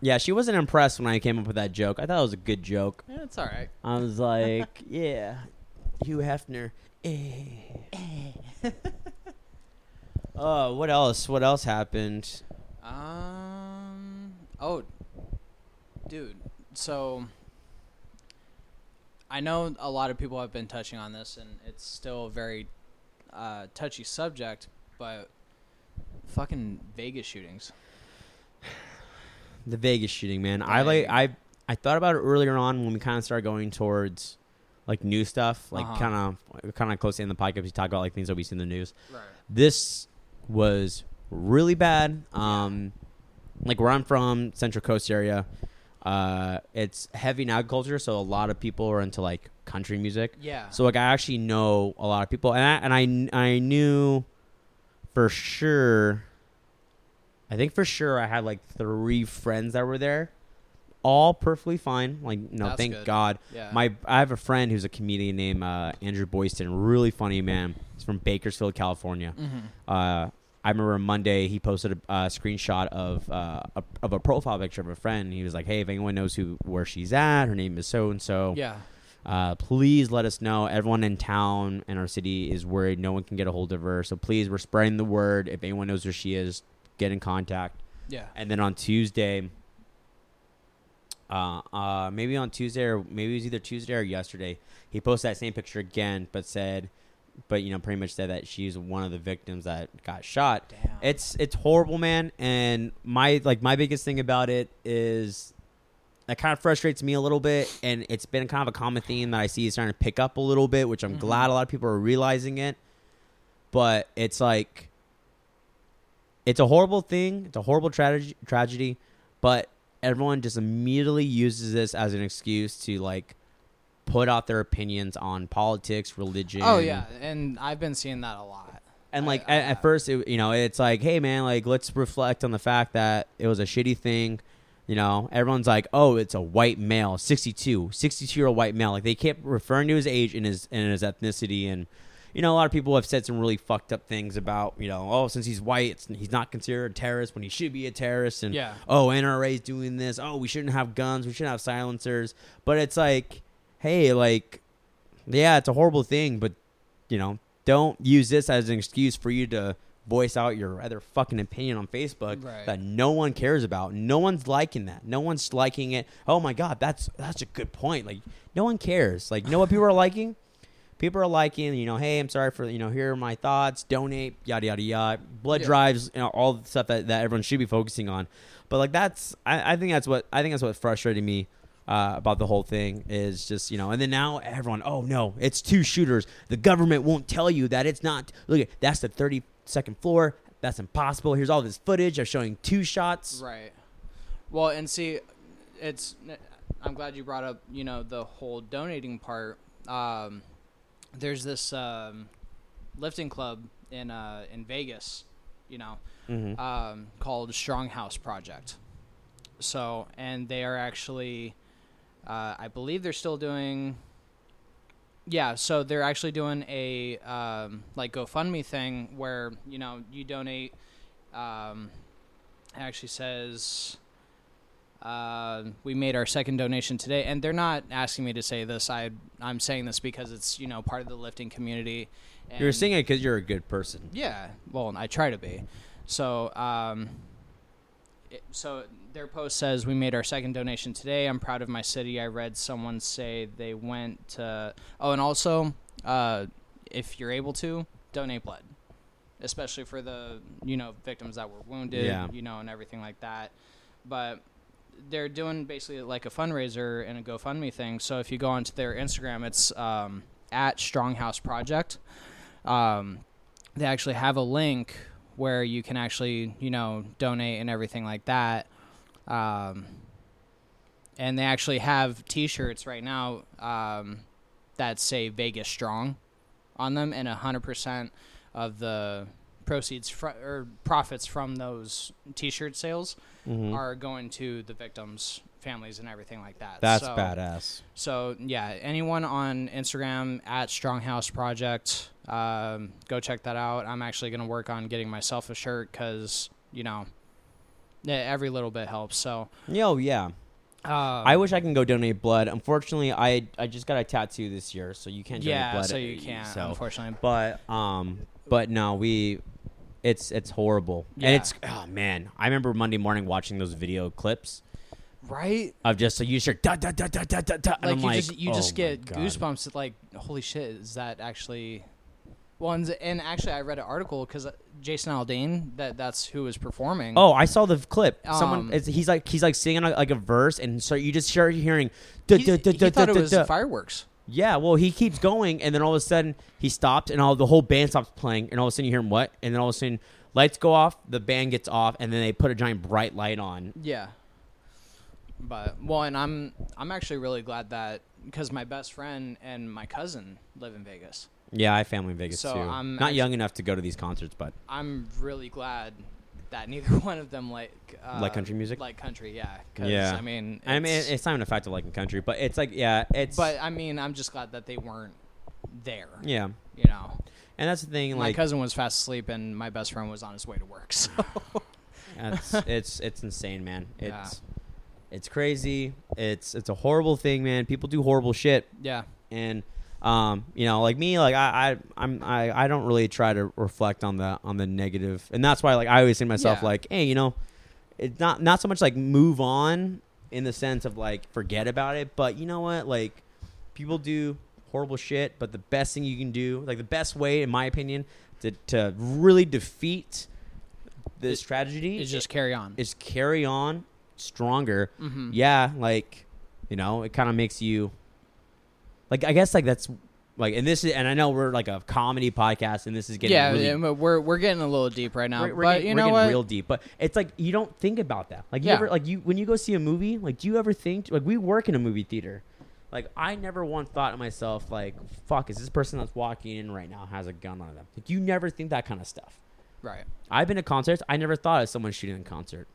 S1: Yeah, she wasn't impressed when I came up with that joke. I thought it was a good joke.
S2: Yeah, it's all right.
S1: I was like, yeah, Hugh Hefner. Eh. Uh, what else? What else happened?
S2: Um. Oh, dude. So I know a lot of people have been touching on this, and it's still a very uh, touchy subject. But fucking Vegas shootings.
S1: The Vegas shooting, man. I like I I thought about it earlier on when we kind of started going towards like new stuff, like
S2: Uh-huh.
S1: kind of kind of close to the end of the podcast. We talk about like things that we see in the news.
S2: Right.
S1: This was really bad. Um, like where I'm from, Central Coast area, uh, it's heavy nag culture, so a lot of people are into like country music.
S2: Yeah.
S1: So like I actually know a lot of people, and I, and I I knew for sure. I think for sure I had like three friends that were there, all perfectly fine. Like no,
S2: That's
S1: thank
S2: good.
S1: God.
S2: yeah.
S1: My I have a friend who's a comedian named uh, Andrew Boyston, really funny man. He's from Bakersfield, California.
S2: Mhm.
S1: Uh, I remember Monday he posted a, uh screenshot of uh, a, of a profile picture of a friend. He was like, "Hey, if anyone knows who where she's at, her name is so and so."
S2: Yeah.
S1: Uh, please let us know. Everyone in town and our city is worried. No one can get a hold of her. So please, we're spreading the word. If anyone knows where she is, get in contact.
S2: Yeah.
S1: And then on Tuesday, uh, uh, maybe on Tuesday or maybe it was either Tuesday or yesterday, he posted that same picture again, but said, but you know, pretty much said that she's one of the victims that got shot.
S2: Damn.
S1: It's it's horrible, man. And my like my biggest thing about it is that kind of frustrates me a little bit, and it's been kind of a common theme that I see is starting to pick up a little bit, which I'm
S2: Mhm.
S1: glad a lot of people are realizing it. But it's like it's a horrible thing. It's a horrible tragedy. Tragedy, but everyone just immediately uses this as an excuse to like put out their opinions on politics, religion.
S2: oh yeah, and I've been seeing that a lot.
S1: And
S2: I-
S1: like
S2: I-
S1: at, at first, it, you know, it's like, hey man, like let's reflect on the fact that it was a shitty thing. You know, everyone's like, oh, it's a white male, 62, 62 year old white male. Like they kept referring to his age and his and his ethnicity, and you know, a lot of people have said some really fucked up things about, you know, oh, since he's white, it's, he's not considered a terrorist when he should be a terrorist, and
S2: Yeah.
S1: oh, NRA's doing this, oh, we shouldn't have guns, we shouldn't have silencers, but it's like, hey, like, yeah, it's a horrible thing, but you know, don't use this as an excuse for you to voice out your other fucking opinion on Facebook
S2: Right.
S1: that no one cares about. No one's liking that. No one's liking it. Oh my god, that's that's a good point. Like no one cares. Like you know what people are liking? People are liking, you know, hey, I'm sorry for, you know, here are my thoughts, donate, yada yada yada. Blood
S2: Yeah.
S1: drives, you know, all the stuff that, that everyone should be focusing on. But like that's I, I think that's what I think that's what frustrated me uh, about the whole thing is just you know and then now everyone oh no it's two shooters the government won't tell you that it's not look at that's the 32nd floor that's impossible here's all this footage of showing two shots
S2: Right. Well, and see, it's. I'm glad you brought up, you know, the whole donating part. Um, there's this um, lifting club in uh, in Vegas, you know,
S1: Mhm.
S2: um, called Strong House Project. So, and they are actually, uh, I believe they're still doing. Yeah, so they're actually doing a um, like GoFundMe thing where you know you donate. Um, it actually says uh, we made our second donation today, and they're not asking me to say this. I I'm saying this because it's you know part of the lifting community. And
S1: you're saying it because you're a good person
S2: yeah, well, I try to be. So, um, it, so their post says we made our second donation today. I'm proud of my city. I read someone say they went to. Oh, and also, uh, if you're able to, donate blood, especially for the you know victims that were wounded,
S1: Yeah.
S2: you know, and everything like that. But they're doing basically like a fundraiser and a GoFundMe thing. So if you go onto their Instagram, it's um, at Stronghouse Project. Um, they actually have a link where you can actually you know donate and everything like that um, and they actually have t-shirts right now um, that say vegas strong on them and 100% of the proceeds fr- or profits from those t-shirt sales
S1: Mhm.
S2: are going to the victims families and everything like that
S1: that's
S2: So-
S1: badass
S2: so yeah, anyone on Instagram at Stronghouse Project, um, go check that out. I'm actually gonna work on getting myself a shirt because you know, Yeah, every little bit helps. So,
S1: Yo, yeah.
S2: um,
S1: I wish I can go donate blood. Unfortunately, I I just got a tattoo this year, so you can't donate
S2: yeah,
S1: blood.
S2: so you can't
S1: so-
S2: unfortunately.
S1: but um, but no, we, it's it's horrible,
S2: Yeah.
S1: and it's oh man. I remember Monday morning watching those video clips
S2: Right?
S1: of just so you sure da da da da da da da. and
S2: like
S1: I'm
S2: you just you
S1: oh
S2: just
S1: my
S2: get
S1: God.
S2: goosebumps at like holy shit is that actually ones and actually I read an article because Jason Aldean that that's who was performing
S1: Oh, I saw the clip. Someone
S2: Um,
S1: it's, he's like he's like singing a, like a verse, and so you just start hearing. Da,
S2: he,
S1: da, da,
S2: he
S1: da,
S2: thought
S1: da,
S2: it
S1: da,
S2: was
S1: da.
S2: fireworks
S1: Yeah, well, he keeps going, and then all of a sudden he stopped, and all the whole band stops playing, and all of a sudden you hear him what, and then all of a sudden lights go off, the band gets off, and then they put a giant bright light on.
S2: yeah but well and I'm I'm actually really glad that because my best friend and my cousin live in Vegas
S1: Yeah, I have family in Vegas
S2: So,
S1: too.
S2: I'm
S1: Not
S2: actu-
S1: young enough to go to these concerts, but
S2: I'm really glad that neither one of them like uh,
S1: Like country music?
S2: like country yeah 'cause,
S1: Yeah.
S2: I mean
S1: I mean,
S2: it's-
S1: it's not even a fact of liking country, but it's like yeah, it's
S2: but I mean I'm just glad that they weren't there
S1: yeah,
S2: you know
S1: and that's the thing,
S2: my
S1: like
S2: cousin was fast asleep and my best friend was on his way to work so
S1: it's it's it's insane, man. It's
S2: Yeah.
S1: it's crazy. It's it's a horrible thing, man. People do horrible shit.
S2: yeah
S1: and um, you know, like me, like I, I, I'm, I, I don't really try to reflect on the on the negative, and that's why, like, I always say to myself,
S2: Yeah.
S1: like, hey, you know, it's not not so much like move on in the sense of like forget about it, but you know what, like, people do horrible shit, but the best thing you can do, like, the best way, in my opinion, to to really defeat this
S2: It-
S1: tragedy
S2: it's just carry on
S1: is carry on stronger.
S2: Mhm.
S1: Yeah, like you know, it kind of makes you like I guess like that's like and this is and I know we're like a comedy podcast and this is getting
S2: yeah
S1: really,
S2: yeah, but we're we're getting a little deep right now
S1: we're, we're
S2: but
S1: getting,
S2: you
S1: we're
S2: know
S1: getting
S2: what
S1: real deep. But it's like you don't think about that. Like you
S2: Yeah.
S1: ever like you when you go see a movie, like do you ever think like we work in a movie theater. Like I never once thought to myself like fuck is this person that's walking in right now has a gun on them. Like you never think that kind of stuff.
S2: right
S1: I've been to concerts. I never thought of someone shooting in concert.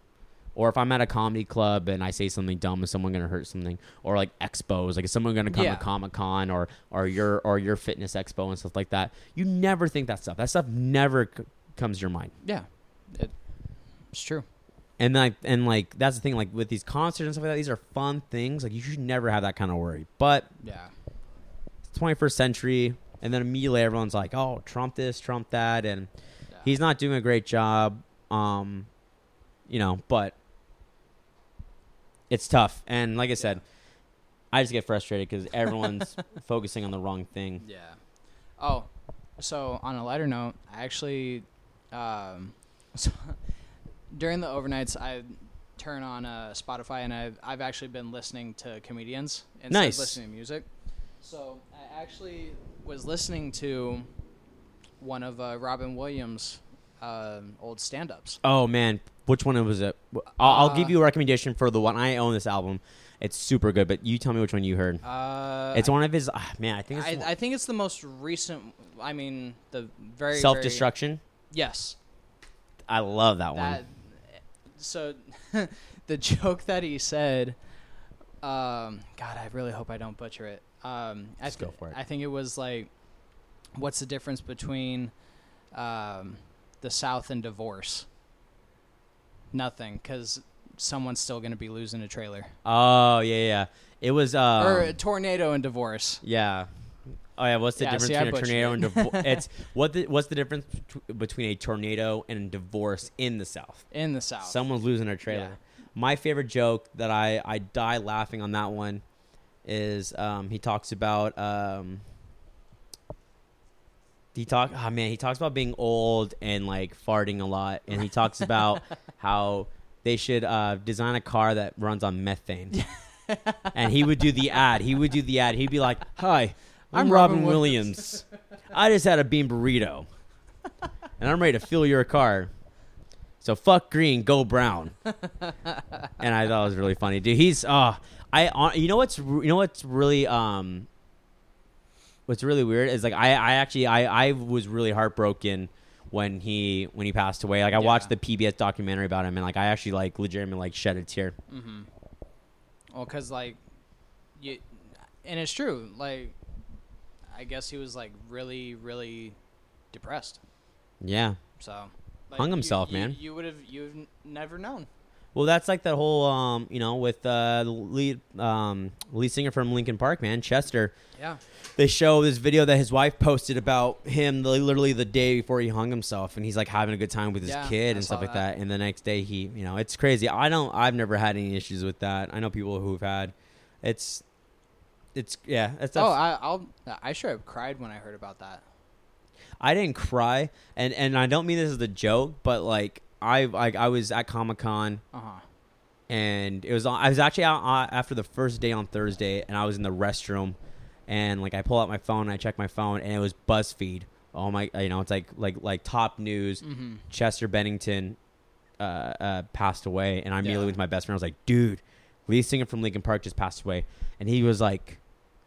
S1: Or if I'm at a comedy club and I say something dumb, is someone going to hurt something? Or like expos, like is someone going to come
S2: Yeah.
S1: to Comic Con or or your or your fitness expo and stuff like that? You never think that stuff. That stuff never c- comes to your mind.
S2: yeah it, it's true
S1: And like and like that's the thing. Like with these concerts and stuff like that, these are fun things. Like you should never have that kind of worry. But
S2: yeah
S1: it's 21st century, and then immediately everyone's like, oh, Trump this, Trump that, and
S2: Yeah.
S1: he's not doing a great job um you know but it's tough and like i said i just get frustrated because everyone's focusing on the wrong thing
S2: yeah oh so on a lighter note I actually um so during the overnights I turn on uh, Spotify and I've I've actually been listening to comedians instead
S1: Nice.
S2: of listening to music so I actually was listening to one of uh, Robin Williams um, old stand-ups
S1: oh man which one was it Wh- i'll, I'll give
S2: Uh,
S1: you a recommendation for the one i own this album it's super good but you tell me which one you heard
S2: uh,
S1: it's one of his ah, man i think it's
S2: I,
S1: one-
S2: I think it's the most recent. I mean, the very very-
S1: self-destruction
S2: Yes,
S1: i love that,
S2: that.
S1: one
S2: So, the joke that he said. Um, God, I really hope I don't butcher it. Um, I
S1: Just
S2: th-
S1: go for it.
S2: I think it was like, what's the difference between um, the South and divorce? Nothing, because someone's still going to be losing a trailer.
S1: oh yeah yeah it was um,
S2: or a tornado and divorce.
S1: Yeah. Oh yeah. What's the
S2: Yeah,
S1: difference
S2: see, I
S1: between a
S2: butchered
S1: tornado
S2: it.
S1: and divorce? it's what the, what's the difference betw- between a tornado and a divorce in the South?
S2: In the South.
S1: Someone's losing their trailer. My favorite joke that I I die laughing on that one is um, he talks about um, he talk oh man he talks about being old and like farting a lot and he talks about how they should uh, design a car that runs on methane. and he would do the ad. He would do the ad. He'd be like, "Hi, I'm,
S2: I'm
S1: Robin,
S2: Robin
S1: Williams. I just had a bean burrito, and I'm ready to fill your car. So fuck green, go brown." and I thought it was really funny, dude. He's uh, I hon- you know what's re- you know what's really um, what's really weird is like I I actually I I was really heartbroken when he when he passed away. Like I watched the
S2: Yeah.
S1: PBS documentary about him, and like I actually like legitimately like shed a tear.
S2: Well, because like, you, and it's true. Like, I guess he was like really, really depressed.
S1: Yeah.
S2: So like,
S1: Hung
S2: you-
S1: himself,
S2: you-
S1: man.
S2: You would have, you've never known.
S1: Well, that's like that whole, um, you know, with uh, the lead um, lead singer from Linkin Park, man, Chester.
S2: Yeah.
S1: They show this video that his wife posted about him li- literally the day before he hung himself, and he's like having a good time with his
S2: Yeah,
S1: kid
S2: I
S1: and
S2: saw
S1: stuff like
S2: that.
S1: that. And the next day, he, you know, it's crazy. I don't, I've never had any issues with that. I know people who've had. It's, it's yeah. That's,
S2: oh, I, I'll. I sure have cried when I heard about that.
S1: I didn't cry, and and I don't mean this as a joke, but like I like I was at Comic Con
S2: Uh huh.
S1: and it was on, I was actually out uh, after the first day on Thursday, and I was in the restroom, and like I pull out my phone, and I check my phone, and it was BuzzFeed. Oh my, you know, it's like like like top news.
S2: Mm-hmm.
S1: Chester Bennington uh, uh, passed away, and I immediately
S2: Yeah.
S1: went to my best friend. I was like, dude, Lee Singer from Lincoln Park just passed away, and he was like.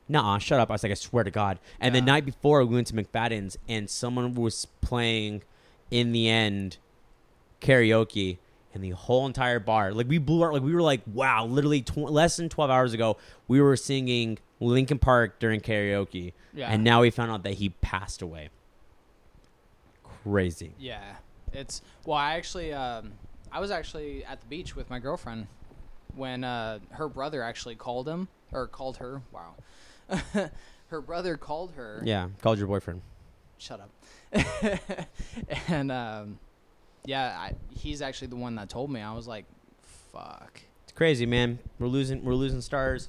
S1: Nah, shut up. I was like, I swear to God. And the
S2: Yeah.
S1: night before, we went to McFadden's, and someone was playing in the end karaoke and the whole entire bar like we blew our like we were like wow literally tw- less than 12 hours ago we were singing linkin park during karaoke
S2: Yeah.
S1: and now we found out that he passed away crazy
S2: Yeah, it's well. I actually, um, I was actually at the beach with my girlfriend when uh, her brother actually called him or called her. Wow, her brother called her.
S1: yeah called your boyfriend
S2: Shut up. and um, yeah, I, he's actually the one that told me. I was like, fuck.
S1: it's crazy man we're losing we're losing stars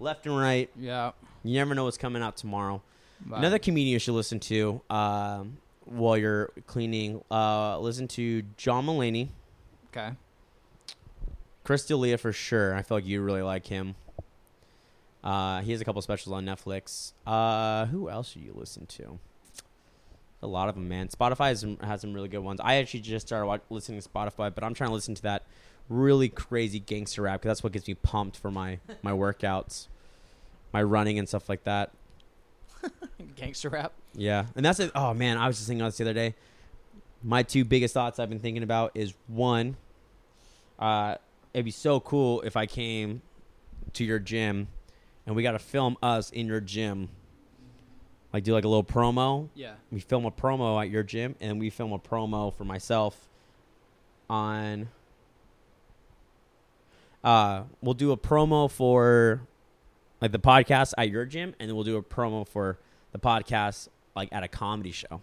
S1: left and right
S2: Yeah.
S1: you never know what's coming out tomorrow
S2: but-
S1: another comedian you should listen to um, while you're cleaning uh, listen to john mullaney
S2: okay.
S1: Chris D'Elia for sure. I feel like you really like him. Uh, he has a couple specials on Netflix. Uh, who else do you listen to? A lot of them, man. Spotify has some, has some really good ones. I actually just started watch, listening to Spotify, but I'm trying to listen to that really crazy gangster rap because that's what gets me pumped for my my workouts, my running and stuff like that.
S2: Gangster rap.
S1: Yeah, and that's it. Oh man, I was just thinking about this the other day. My two biggest thoughts I've been thinking about is one, uh, it'd be so cool if I came to your gym, and we got to film us in your gym, like do like a little promo.
S2: Yeah.
S1: We film a promo at your gym, and we film a promo for myself. On, uh, we'll do a promo for like the podcast at your gym, and then we'll do a promo for the podcast like at a comedy show.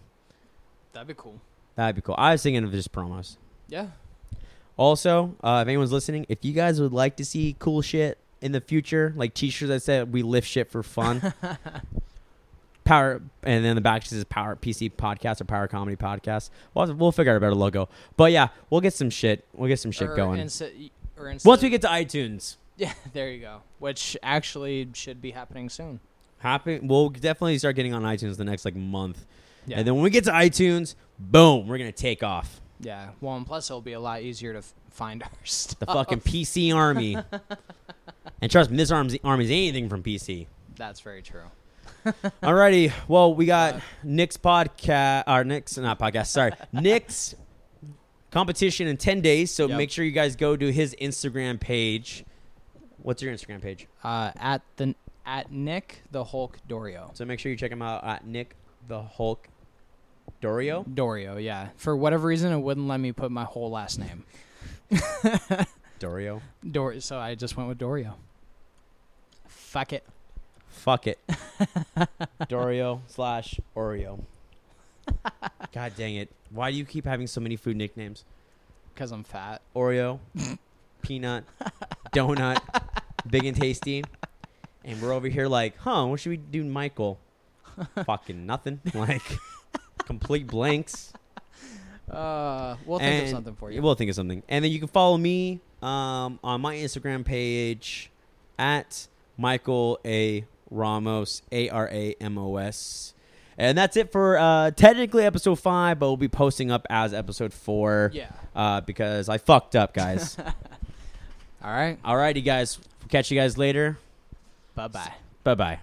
S2: That'd be cool.
S1: That'd be cool. I was thinking of just promos.
S2: Yeah.
S1: Also, uh, if anyone's listening, if you guys would like to see cool shit in the future, like t-shirts that said "We lift shit for fun," power, and then the back says "Power PC Podcast" or "Power Comedy Podcast." We'll, have to- we'll figure out a better logo. But yeah, we'll get some shit. We'll get some shit
S2: or
S1: going.
S2: insta- or insta-
S1: Once we get to iTunes,
S2: Yeah, there you go. Which actually should be happening soon.
S1: happy, we'll definitely start getting on iTunes the next like month.
S2: Yeah.
S1: And then when we get to iTunes, boom, we're gonna take off.
S2: Yeah. Well, and plus it'll be a lot easier to f- find our stuff.
S1: the fucking PC army. and trust me, this army's, army's anything from PC.
S2: That's very true.
S1: Alrighty, well, we got
S2: Uh,
S1: Nick's podcast, or Nick's not podcast, sorry, Nick's competition in ten days. So
S2: Yep.
S1: make sure you guys go to his Instagram page. What's your Instagram page?
S2: Uh, at the at Nick the Hulk Dorio.
S1: So make sure you check him out at Nick the Hulk Dorio.
S2: Dorio, yeah. For whatever reason, it wouldn't let me put my whole last name.
S1: Dorio.
S2: Dor- so I just went with Dorio. Fuck it.
S1: Fuck it. Dorio slash Oreo. God dang it! Why do you keep having so many food nicknames?
S2: Because I'm fat.
S1: Oreo, peanut, donut, big and tasty. And we're over here like, huh, what should we do, Michael? Fucking nothing. Like, complete blanks.
S2: Uh, we'll think of
S1: And
S2: something for you.
S1: We'll think of something. And then you can follow me um, on my Instagram page at Michael A. Ramos, A R A M O S. And that's it for uh, technically episode five, but we'll be posting up as episode four
S2: yeah.
S1: uh, because I fucked up, guys.
S2: All right.
S1: Alrighty, guys. We'll catch you guys later.
S2: Bye bye.
S1: Bye bye.